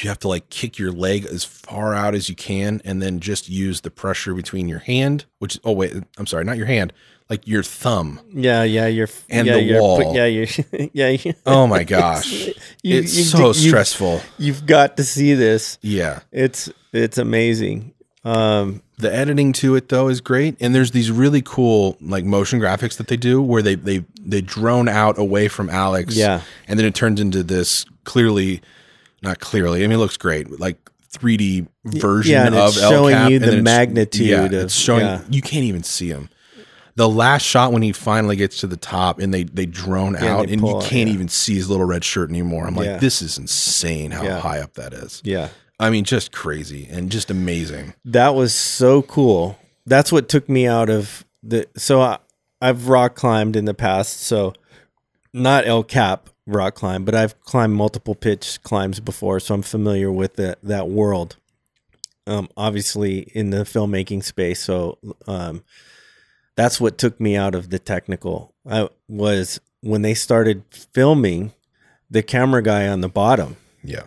Speaker 2: you have to like kick your leg as far out as you can and then just use the pressure between your hand which oh wait i'm sorry not your hand like your thumb
Speaker 1: Yeah, yeah, you're f-
Speaker 2: And
Speaker 1: yeah,
Speaker 2: the
Speaker 1: you're,
Speaker 2: wall.
Speaker 1: yeah, you're, yeah. You,
Speaker 2: oh my gosh
Speaker 1: you-
Speaker 2: it's
Speaker 1: you-
Speaker 2: so
Speaker 1: you-
Speaker 2: stressful
Speaker 1: You've got to see this.
Speaker 2: yeah
Speaker 1: It's it's amazing. Um,
Speaker 2: the editing to it though is great and there's these really cool like motion graphics that they do where they they they drone out away from alex
Speaker 1: Yeah.
Speaker 2: and then it turns into this clearly not clearly i mean it looks great but, like 3d version
Speaker 1: yeah, and
Speaker 2: of
Speaker 1: it's
Speaker 2: El
Speaker 1: showing
Speaker 2: Cap,
Speaker 1: you
Speaker 2: and
Speaker 1: the
Speaker 2: then it's-
Speaker 1: magnitude
Speaker 2: yeah,
Speaker 1: of-
Speaker 2: it's showing
Speaker 1: yeah.
Speaker 2: you can't even see him the last shot when he finally gets to the top and they they drone
Speaker 1: they
Speaker 2: out and you
Speaker 1: pull out,
Speaker 2: can't
Speaker 1: yeah.
Speaker 2: even see his little red shirt anymore i'm like
Speaker 1: Yeah.
Speaker 2: this is insane how
Speaker 1: Yeah.
Speaker 2: high up that is
Speaker 1: yeah,
Speaker 2: i mean just crazy and just amazing
Speaker 1: that was so cool. That's what took me out of the. So I, I've rock climbed in the past. So not El Cap rock climb, but I've climbed multiple pitch climbs before, so I'm familiar with that that world. Um, obviously in the filmmaking space, so um, that's what took me out of the technical. I was when they started filming the camera guy on the bottom
Speaker 2: yeah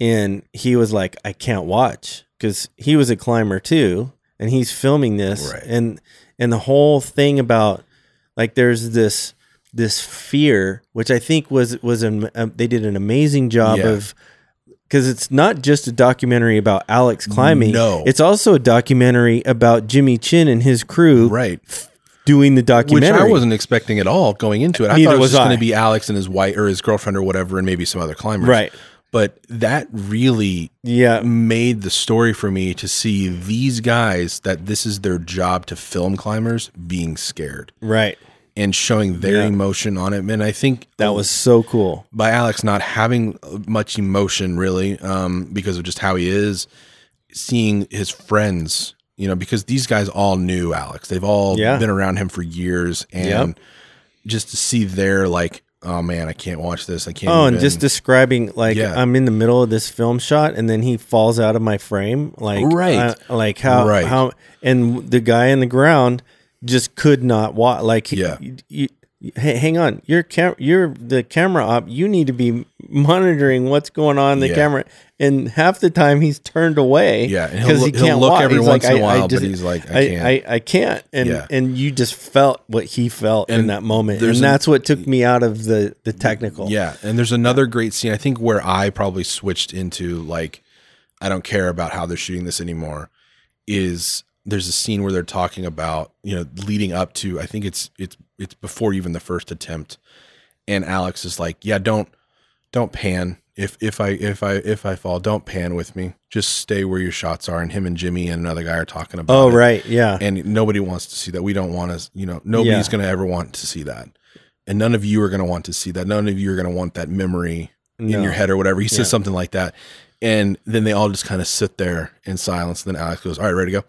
Speaker 1: and he was like i can't watch because he was a climber too and he's filming this
Speaker 2: Right.
Speaker 1: and and the whole thing about like there's this this fear which i think was was an, um, they did an amazing job
Speaker 2: Yeah.
Speaker 1: of because it's not just a documentary about alex climbing
Speaker 2: No.
Speaker 1: it's also a documentary about jimmy chin and his crew
Speaker 2: right
Speaker 1: doing the
Speaker 2: which
Speaker 1: documentary
Speaker 2: I wasn't expecting at all going into it. I
Speaker 1: Neither
Speaker 2: thought it was,
Speaker 1: was
Speaker 2: just going
Speaker 1: I.
Speaker 2: to be Alex and his wife or his girlfriend or whatever, and maybe some other climbers.
Speaker 1: right
Speaker 2: But that really
Speaker 1: yeah
Speaker 2: made the story for me to see these guys that this is their job to film climbers being scared
Speaker 1: right
Speaker 2: and showing their
Speaker 1: Yeah.
Speaker 2: emotion on it. And I think
Speaker 1: that was so cool
Speaker 2: by Alex not having much emotion really, um, because of just how he is, seeing his friends, you know, because these guys all knew Alex. They've all
Speaker 1: Yeah.
Speaker 2: been around him for years and just to see their like, oh man, I can't watch this. I can't
Speaker 1: Oh, and
Speaker 2: even."
Speaker 1: just describing like
Speaker 2: Yeah.
Speaker 1: I'm in the middle of this film shot, and then he falls out of my frame. Like
Speaker 2: Right.
Speaker 1: uh, like how
Speaker 2: Right.
Speaker 1: how and the guy on the ground just could not watch. Like he-
Speaker 2: Yeah.
Speaker 1: you, you- hey, hang on, your cam, you're the camera op. You need to be monitoring what's going on in the
Speaker 2: Yeah.
Speaker 1: camera. And half the time he's turned away.
Speaker 2: Yeah, and he'll
Speaker 1: because he
Speaker 2: look- he'll
Speaker 1: can't
Speaker 2: look
Speaker 1: walk.
Speaker 2: every
Speaker 1: He's
Speaker 2: once
Speaker 1: like,
Speaker 2: in a
Speaker 1: I- I
Speaker 2: while, but
Speaker 1: just-
Speaker 2: he's like, I
Speaker 1: I
Speaker 2: can't.
Speaker 1: I, I can't. And
Speaker 2: Yeah.
Speaker 1: and you just felt what he felt in that moment, and
Speaker 2: there's an-
Speaker 1: that's what took me out of the the technical.
Speaker 2: Yeah, and there's another great scene. I think where I probably switched into like, I don't care about how they're shooting this anymore. Is there's a scene where they're talking about you know leading up to I think it's it's it's before even the first attempt, and Alex is like, yeah, don't don't pan. If if I if I if I fall, don't pan with me. Just stay where your shots are. And him and Jimmy and another guy are talking about.
Speaker 1: Oh
Speaker 2: it
Speaker 1: right, yeah.
Speaker 2: and nobody wants to see that. We don't want to, you know, nobody's
Speaker 1: Yeah.
Speaker 2: going to ever want to see that. And none of you are going to want to see that. None of you are going to want that memory in your head or whatever. He
Speaker 1: Yeah.
Speaker 2: says something like that. And then they all just kind of sit there in silence. And then Alex goes, All right, ready to go.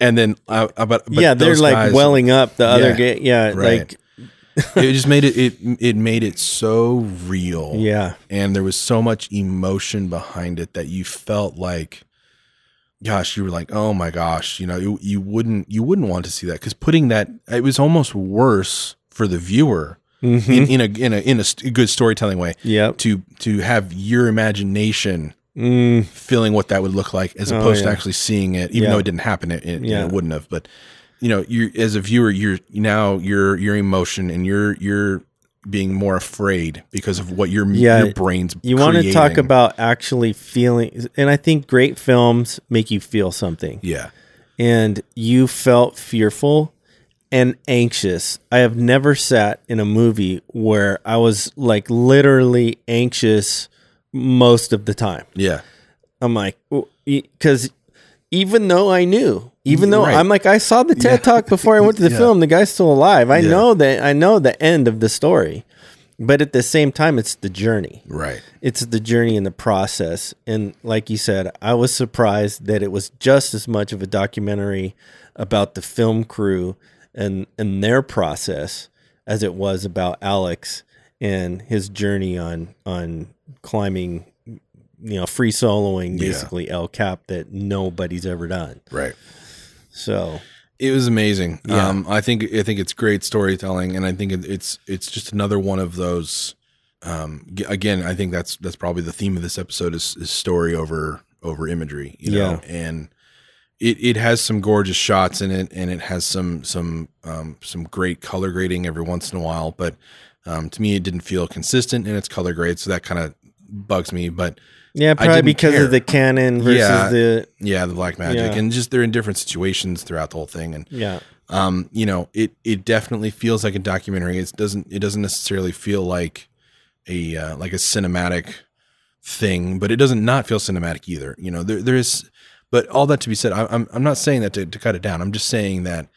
Speaker 2: And then, uh, uh, but, but
Speaker 1: yeah, they're
Speaker 2: those
Speaker 1: like
Speaker 2: guys-
Speaker 1: welling up the other
Speaker 2: Yeah.
Speaker 1: game. Yeah,
Speaker 2: Right.
Speaker 1: like
Speaker 2: it just made it, it, it made it so real.
Speaker 1: yeah,
Speaker 2: And there was so much emotion behind it that you felt like, gosh, you were like, oh my gosh, you know, you, you wouldn't you wouldn't want to see that because putting that it was almost worse for the viewer
Speaker 1: Mhm.
Speaker 2: in, in a in a in a st- good storytelling way
Speaker 1: yep.
Speaker 2: to to have your imagination
Speaker 1: Mm,
Speaker 2: feeling what that would look like as
Speaker 1: Oh,
Speaker 2: opposed to
Speaker 1: yeah.
Speaker 2: actually seeing it, even
Speaker 1: Yeah.
Speaker 2: though it didn't happen, it, it, you know,
Speaker 1: Yeah.
Speaker 2: it wouldn't have. But you know, you as a viewer, you're now your your emotion and you're you're being more afraid because of what your
Speaker 1: Yeah.
Speaker 2: your brain's.
Speaker 1: you want to talk
Speaker 2: creating.
Speaker 1: about actually feeling, and I think great films make you feel something.
Speaker 2: yeah,
Speaker 1: and you felt fearful and anxious. I have never sat in a movie where I was like literally anxious most of the time.
Speaker 2: yeah,
Speaker 1: I'm like, because even though I knew, even though
Speaker 2: Right.
Speaker 1: I'm like, I saw the TED talk before I went to the
Speaker 2: Yeah.
Speaker 1: film. The guy's still alive. I know that. I know the end of the story, but at the same time, it's the journey.
Speaker 2: right,
Speaker 1: It's the journey and the process. And like you said, I was surprised that it was just as much of a documentary about the film crew and and their process as it was about Alex and his journey on on climbing you know, free soloing
Speaker 2: Yeah.
Speaker 1: basically El Cap that nobody's ever done.
Speaker 2: right.
Speaker 1: So
Speaker 2: It was amazing.
Speaker 1: Yeah.
Speaker 2: Um, I think I think it's great storytelling, and I think it, it's it's just another one of those. Um, g- again, I think that's that's probably the theme of this episode is, is story over over imagery. You know? and it it has some gorgeous shots in it, and it has some some um, some great color grading every once in a while. But um, to me, it didn't feel consistent in its color grade, so that kind of bugs me. But
Speaker 1: Yeah, probably
Speaker 2: didn't
Speaker 1: because
Speaker 2: care.
Speaker 1: of the canon versus
Speaker 2: Yeah.
Speaker 1: the
Speaker 2: yeah, the black magic,
Speaker 1: Yeah.
Speaker 2: and just they're in different situations throughout the whole thing, and
Speaker 1: yeah.
Speaker 2: um you know it it definitely feels like a documentary it doesn't it doesn't necessarily feel like a uh, like a cinematic thing but it doesn't not feel cinematic either you know there there is but all that to be said I, i'm i'm not saying that to, to cut it down i'm just saying that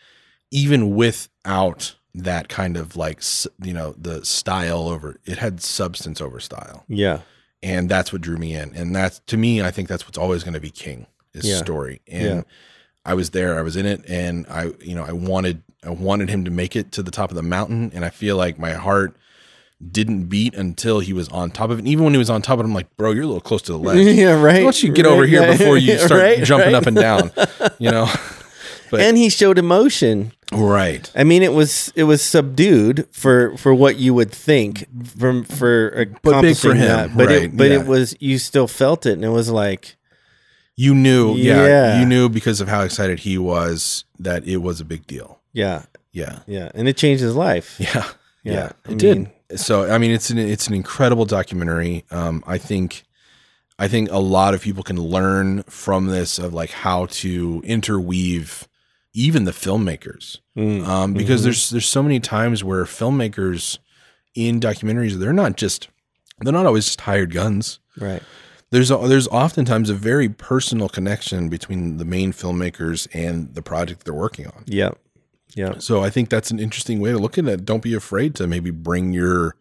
Speaker 2: even without that kind of like s- you know the style over it had substance over style
Speaker 1: Yeah.
Speaker 2: and that's what drew me in and that's to me i think that's what's always going to be king is
Speaker 1: Yeah.
Speaker 2: story and
Speaker 1: Yeah.
Speaker 2: i was there i was in it and i you know i wanted i wanted him to make it to the top of the mountain and i feel like my heart didn't beat until he was on top of it and even when he was on top of it i'm like bro you're a little close to the ledge
Speaker 1: yeah, right.
Speaker 2: why don't you get over
Speaker 1: Right,
Speaker 2: here
Speaker 1: yeah.
Speaker 2: before you start
Speaker 1: Right, right.
Speaker 2: jumping up and down you know but-
Speaker 1: And he showed emotion.
Speaker 2: right
Speaker 1: I mean, it was it was subdued for for what you would think from for
Speaker 2: But big
Speaker 1: accomplishing
Speaker 2: for him,
Speaker 1: that, but
Speaker 2: right,
Speaker 1: it, but
Speaker 2: yeah.
Speaker 1: it was you still felt it, and it was like
Speaker 2: you knew yeah
Speaker 1: Yeah.
Speaker 2: you knew because of how excited he was that it was a big deal
Speaker 1: yeah,
Speaker 2: yeah
Speaker 1: yeah, and it changed his life.
Speaker 2: Yeah,
Speaker 1: Yeah,
Speaker 2: yeah,
Speaker 1: I
Speaker 2: it did.
Speaker 1: mean-
Speaker 2: So I mean, it's an it's an incredible documentary. Um, I think, I think a lot of people can learn from this of like how to interweave even the filmmakers
Speaker 1: Mm.
Speaker 2: um, because
Speaker 1: Mhm.
Speaker 2: there's there's so many times where filmmakers in documentaries they're not just they're not always just hired guns
Speaker 1: Right.
Speaker 2: there's there's oftentimes a very personal connection between the main filmmakers and the project they're working on
Speaker 1: Yeah. Yeah.
Speaker 2: so I think that's an interesting way to look at it. Don't be afraid to maybe bring your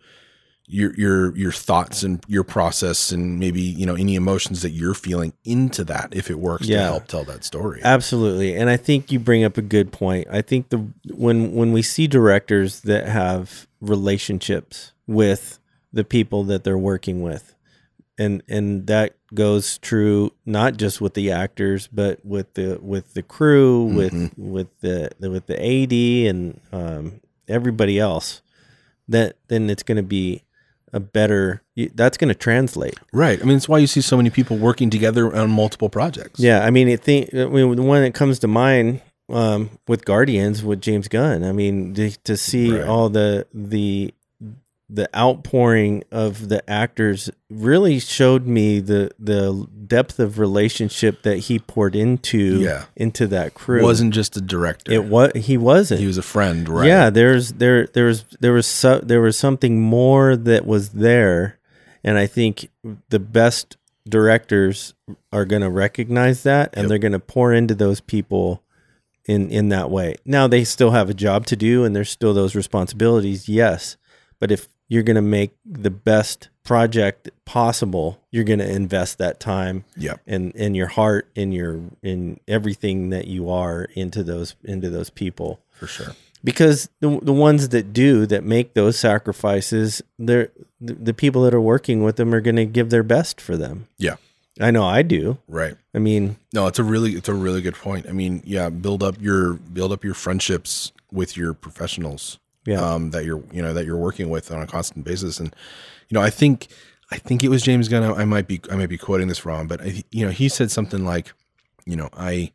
Speaker 2: your your your thoughts and your process and maybe you know any emotions that you're feeling into that if it works to
Speaker 1: Yeah.
Speaker 2: help tell that story.
Speaker 1: Absolutely, and I think you bring up a good point. I think the when when we see directors that have relationships with the people that they're working with, and and that goes true not just with the actors, but with the with the crew, with with the, the with the AD and um, everybody else. That then it's going to be a better. y- That's going to translate.
Speaker 2: right. I mean, it's why you see so many people working together on multiple projects.
Speaker 1: Yeah, I mean, it think I mean, the one that comes to mind um, with Guardians with James Gunn. I mean, to, to see
Speaker 2: Right.
Speaker 1: all the the the outpouring of the actors really showed me the the depth of relationship that he poured into
Speaker 2: Yeah.
Speaker 1: into that crew.
Speaker 2: wasn't just a director.
Speaker 1: it? What he wasn't.
Speaker 2: he was a friend, right?
Speaker 1: Yeah, there's there there was there was so, there was something more that was there, and I think the best directors are going to recognize that, and
Speaker 2: Yep.
Speaker 1: they're going to pour into those people in in that way. Now they still have a job to do, and there's still those responsibilities. Yes, but if you're going to make the best project possible, you're going to invest that time
Speaker 2: Yep.
Speaker 1: and and your heart and your in everything that you are into those into those people
Speaker 2: for sure.
Speaker 1: because the the ones that do that make those sacrifices, they're the, the people that are working with them are going to give their best for them.
Speaker 2: Yeah.
Speaker 1: I know I do.
Speaker 2: Right.
Speaker 1: I mean,
Speaker 2: No, it's a really it's a really good point. I mean, yeah, build up your build up your friendships with your professionals.
Speaker 1: Yeah.
Speaker 2: Um that you're you know that you're working with on a constant basis and you know, I think I think it was James Gunn. I I might be I might be quoting this wrong, but I, you know, he said something like, you know, I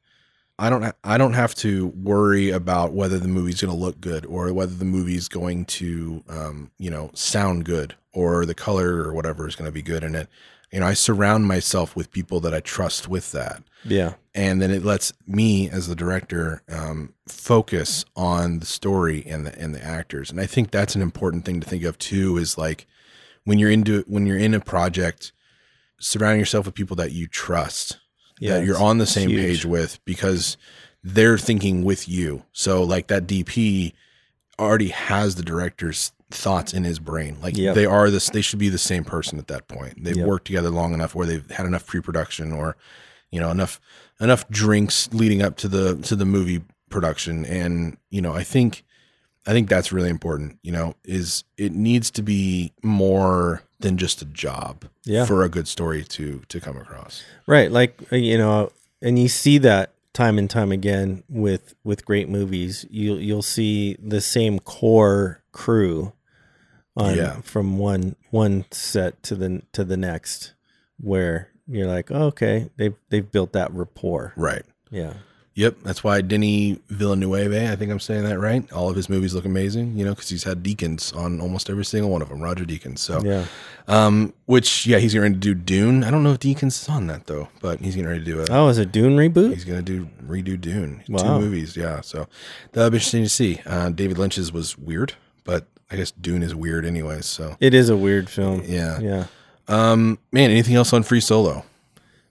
Speaker 2: I don't ha- I don't have to worry about whether the movie's going to look good or whether the movie's going to um, you know sound good or the color or whatever is going to be good in it. You know, I surround myself with people that I trust with that
Speaker 1: yeah,
Speaker 2: and then it lets me as the director um, focus on the story and the and the actors and i think that's an important thing to think of too is like when you're into when you're in a project surrounding yourself with people that you trust
Speaker 1: yeah,
Speaker 2: that you're on the
Speaker 1: it's
Speaker 2: same
Speaker 1: huge.
Speaker 2: page with because they're thinking with you so like that dp already has the director's thoughts in his brain like
Speaker 1: Yep.
Speaker 2: they are this they should be the same person at that point they've
Speaker 1: Yep.
Speaker 2: worked together long enough where they've had enough pre-production or you know enough enough drinks leading up to the to the movie production and you know i think i think that's really important you know is it needs to be more than just a job
Speaker 1: Yeah.
Speaker 2: for a good story to to come across
Speaker 1: right? Like uh, you know, and you see that time and time again with with great movies. You'll you'll see the same core crew on
Speaker 2: Yeah.
Speaker 1: from one one set to the to the next, where you're like, oh, okay, they've they've built that rapport.
Speaker 2: Right.
Speaker 1: Yeah,
Speaker 2: Yep, that's why Denny Villanueva, I think I'm saying that right. All of his movies look amazing, you know, because he's had Deacons on almost every single one of them. Roger Deacons. So,
Speaker 1: yeah.
Speaker 2: um, which yeah, he's going to do Dune. I don't know if Deacons is on that though, but he's getting ready to do a.
Speaker 1: Oh, is it Dune reboot?
Speaker 2: He's going to do redo Dune.
Speaker 1: Wow.
Speaker 2: Two movies, yeah. So that'll be interesting to see. Uh, David Lynch's was weird, but I guess Dune is weird anyway. So
Speaker 1: It is a weird film.
Speaker 2: yeah,
Speaker 1: yeah.
Speaker 2: Um, man, anything else on Free Solo?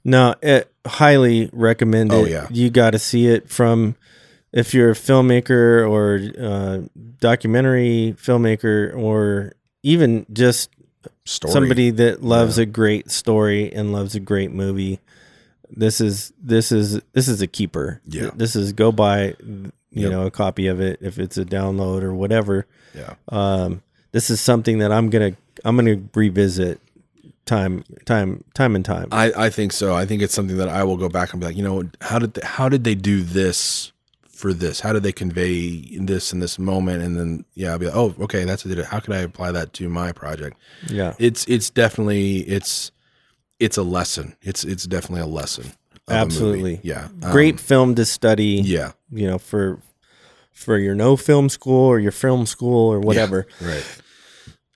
Speaker 1: No, it, highly recommend it.
Speaker 2: Oh, yeah.
Speaker 1: You got to see it from if you're a filmmaker or uh, documentary filmmaker or even just
Speaker 2: Story.
Speaker 1: somebody that loves a great story and loves a great movie. This is this is this is a keeper.
Speaker 2: Yeah.
Speaker 1: This is go buy you
Speaker 2: Yep.
Speaker 1: know a copy of it if it's a download or whatever.
Speaker 2: Yeah.
Speaker 1: Um this is something that I'm going to I'm going to revisit time time time and time.
Speaker 2: I, I think so. I think it's something that I will go back and be like, you know, how did they, how did they do this for this? How did they convey this in this moment? And then yeah, I'll be like, oh, okay, that's what they did. How could I apply that to my project?
Speaker 1: yeah.
Speaker 2: It's it's definitely it's it's a lesson. It's it's definitely a lesson. of a movie.
Speaker 1: Absolutely.
Speaker 2: yeah. Um,
Speaker 1: great film to study
Speaker 2: Yeah.
Speaker 1: you know for for your no film school or your film school or whatever
Speaker 2: Right.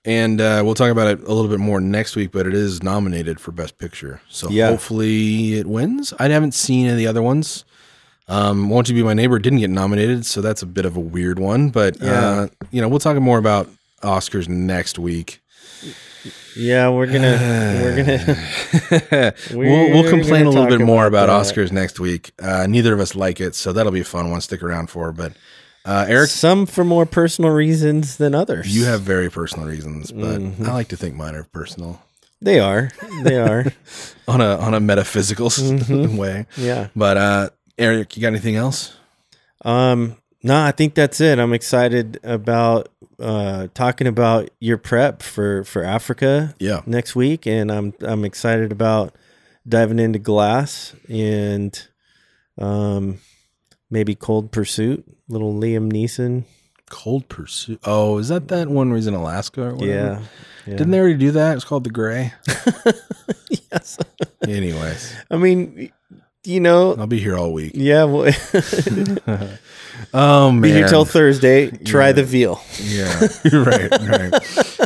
Speaker 2: And uh, we'll talk about it a little bit more next week, but it is nominated for Best Picture. So
Speaker 1: Yeah.
Speaker 2: hopefully it wins. I haven't seen any of the other ones. Um, Won't You Be My Neighbor didn't get nominated, so that's a bit of a weird one. But, uh,
Speaker 1: Yeah.
Speaker 2: you know, we'll talk more about Oscars next week.
Speaker 1: yeah we're gonna we're gonna
Speaker 2: we'll, we'll
Speaker 1: We're
Speaker 2: complain
Speaker 1: gonna
Speaker 2: a little
Speaker 1: talk
Speaker 2: bit more about,
Speaker 1: about that.
Speaker 2: Oscars next week. Uh, neither of us like it, so that'll be a fun one. Stick around for. But, uh, Eric,
Speaker 1: some for more personal reasons than others
Speaker 2: you have very personal reasons, but
Speaker 1: Mhm.
Speaker 2: I like to think mine are personal.
Speaker 1: they are they are
Speaker 2: on a on a metaphysical s-
Speaker 1: Mhm.
Speaker 2: way.
Speaker 1: yeah
Speaker 2: Mm-hmm. But uh Eric, you got anything else?
Speaker 1: um no i think that's it i'm excited about uh talking about your prep for for africa
Speaker 2: Yeah.
Speaker 1: next week, and I'm I'm excited about diving into Glass and um maybe Cold Pursuit, little Liam Neeson.
Speaker 2: Cold Pursuit. Oh, is that that one where he's in Alaska or whatever?
Speaker 1: Yeah, yeah.
Speaker 2: Didn't they already do that? It's called The Gray.
Speaker 1: yes.
Speaker 2: Anyways,
Speaker 1: I mean, you know,
Speaker 2: I'll be here all week.
Speaker 1: yeah. Well,
Speaker 2: Oh man.
Speaker 1: be here till Thursday. Try
Speaker 2: Yeah.
Speaker 1: the veal.
Speaker 2: yeah. right, right.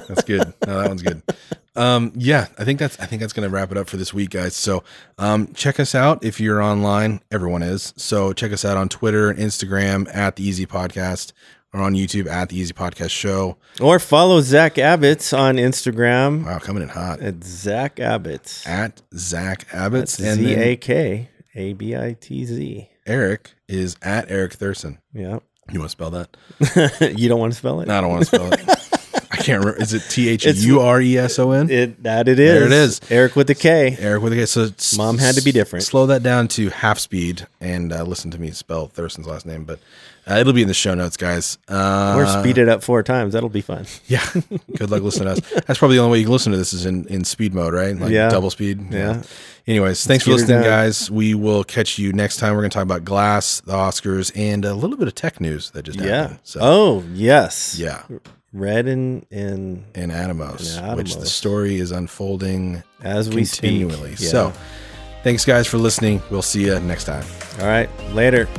Speaker 2: That's good. No, that one's good. Um, yeah, I think that's I think that's gonna wrap it up for this week, guys. So um check us out if you're online. Everyone is. So check us out on Twitter and Instagram at the Easy Podcast or on YouTube at the Easy Podcast Show.
Speaker 1: Or follow Zach Abbott's on Instagram
Speaker 2: Wow, coming in hot.
Speaker 1: at Zach Abbott's.
Speaker 2: At Zach Abbott's and
Speaker 1: Z A
Speaker 2: then
Speaker 1: K A B I T Z.
Speaker 2: Eric is at Eric Thurston.
Speaker 1: Yeah.
Speaker 2: You want to spell that?
Speaker 1: you don't want to spell it?
Speaker 2: No, I don't want to spell it. I can't remember. Is it T H U R E S O N?
Speaker 1: It that it is.
Speaker 2: There it is.
Speaker 1: Eric with the K.
Speaker 2: Eric with a K. So s-
Speaker 1: Mom had to be different.
Speaker 2: Slow that down to half speed and uh, listen to me spell Thurston's last name. But uh, it'll be in the show notes, guys. Uh,
Speaker 1: Or speed it up four times. That'll be fun.
Speaker 2: Yeah. Good luck listening to us. That's probably the only way you can listen to this is in, in speed mode, right? Like
Speaker 1: Yeah.
Speaker 2: double speed.
Speaker 1: Yeah.
Speaker 2: Anyways, thanks for
Speaker 1: get her
Speaker 2: listening,
Speaker 1: down.
Speaker 2: guys. We will catch you next time. We're going to talk about Glass, the Oscars, and a little bit of tech news that just
Speaker 1: Yeah.
Speaker 2: happened. So,
Speaker 1: Oh yes.
Speaker 2: yeah.
Speaker 1: Red and and
Speaker 2: And Atomos,
Speaker 1: And
Speaker 2: which the
Speaker 1: Atomos.
Speaker 2: story is unfolding
Speaker 1: as we speak.
Speaker 2: continually.
Speaker 1: Yeah.
Speaker 2: So, thanks, guys, for listening. We'll see you next time.
Speaker 1: all right, later.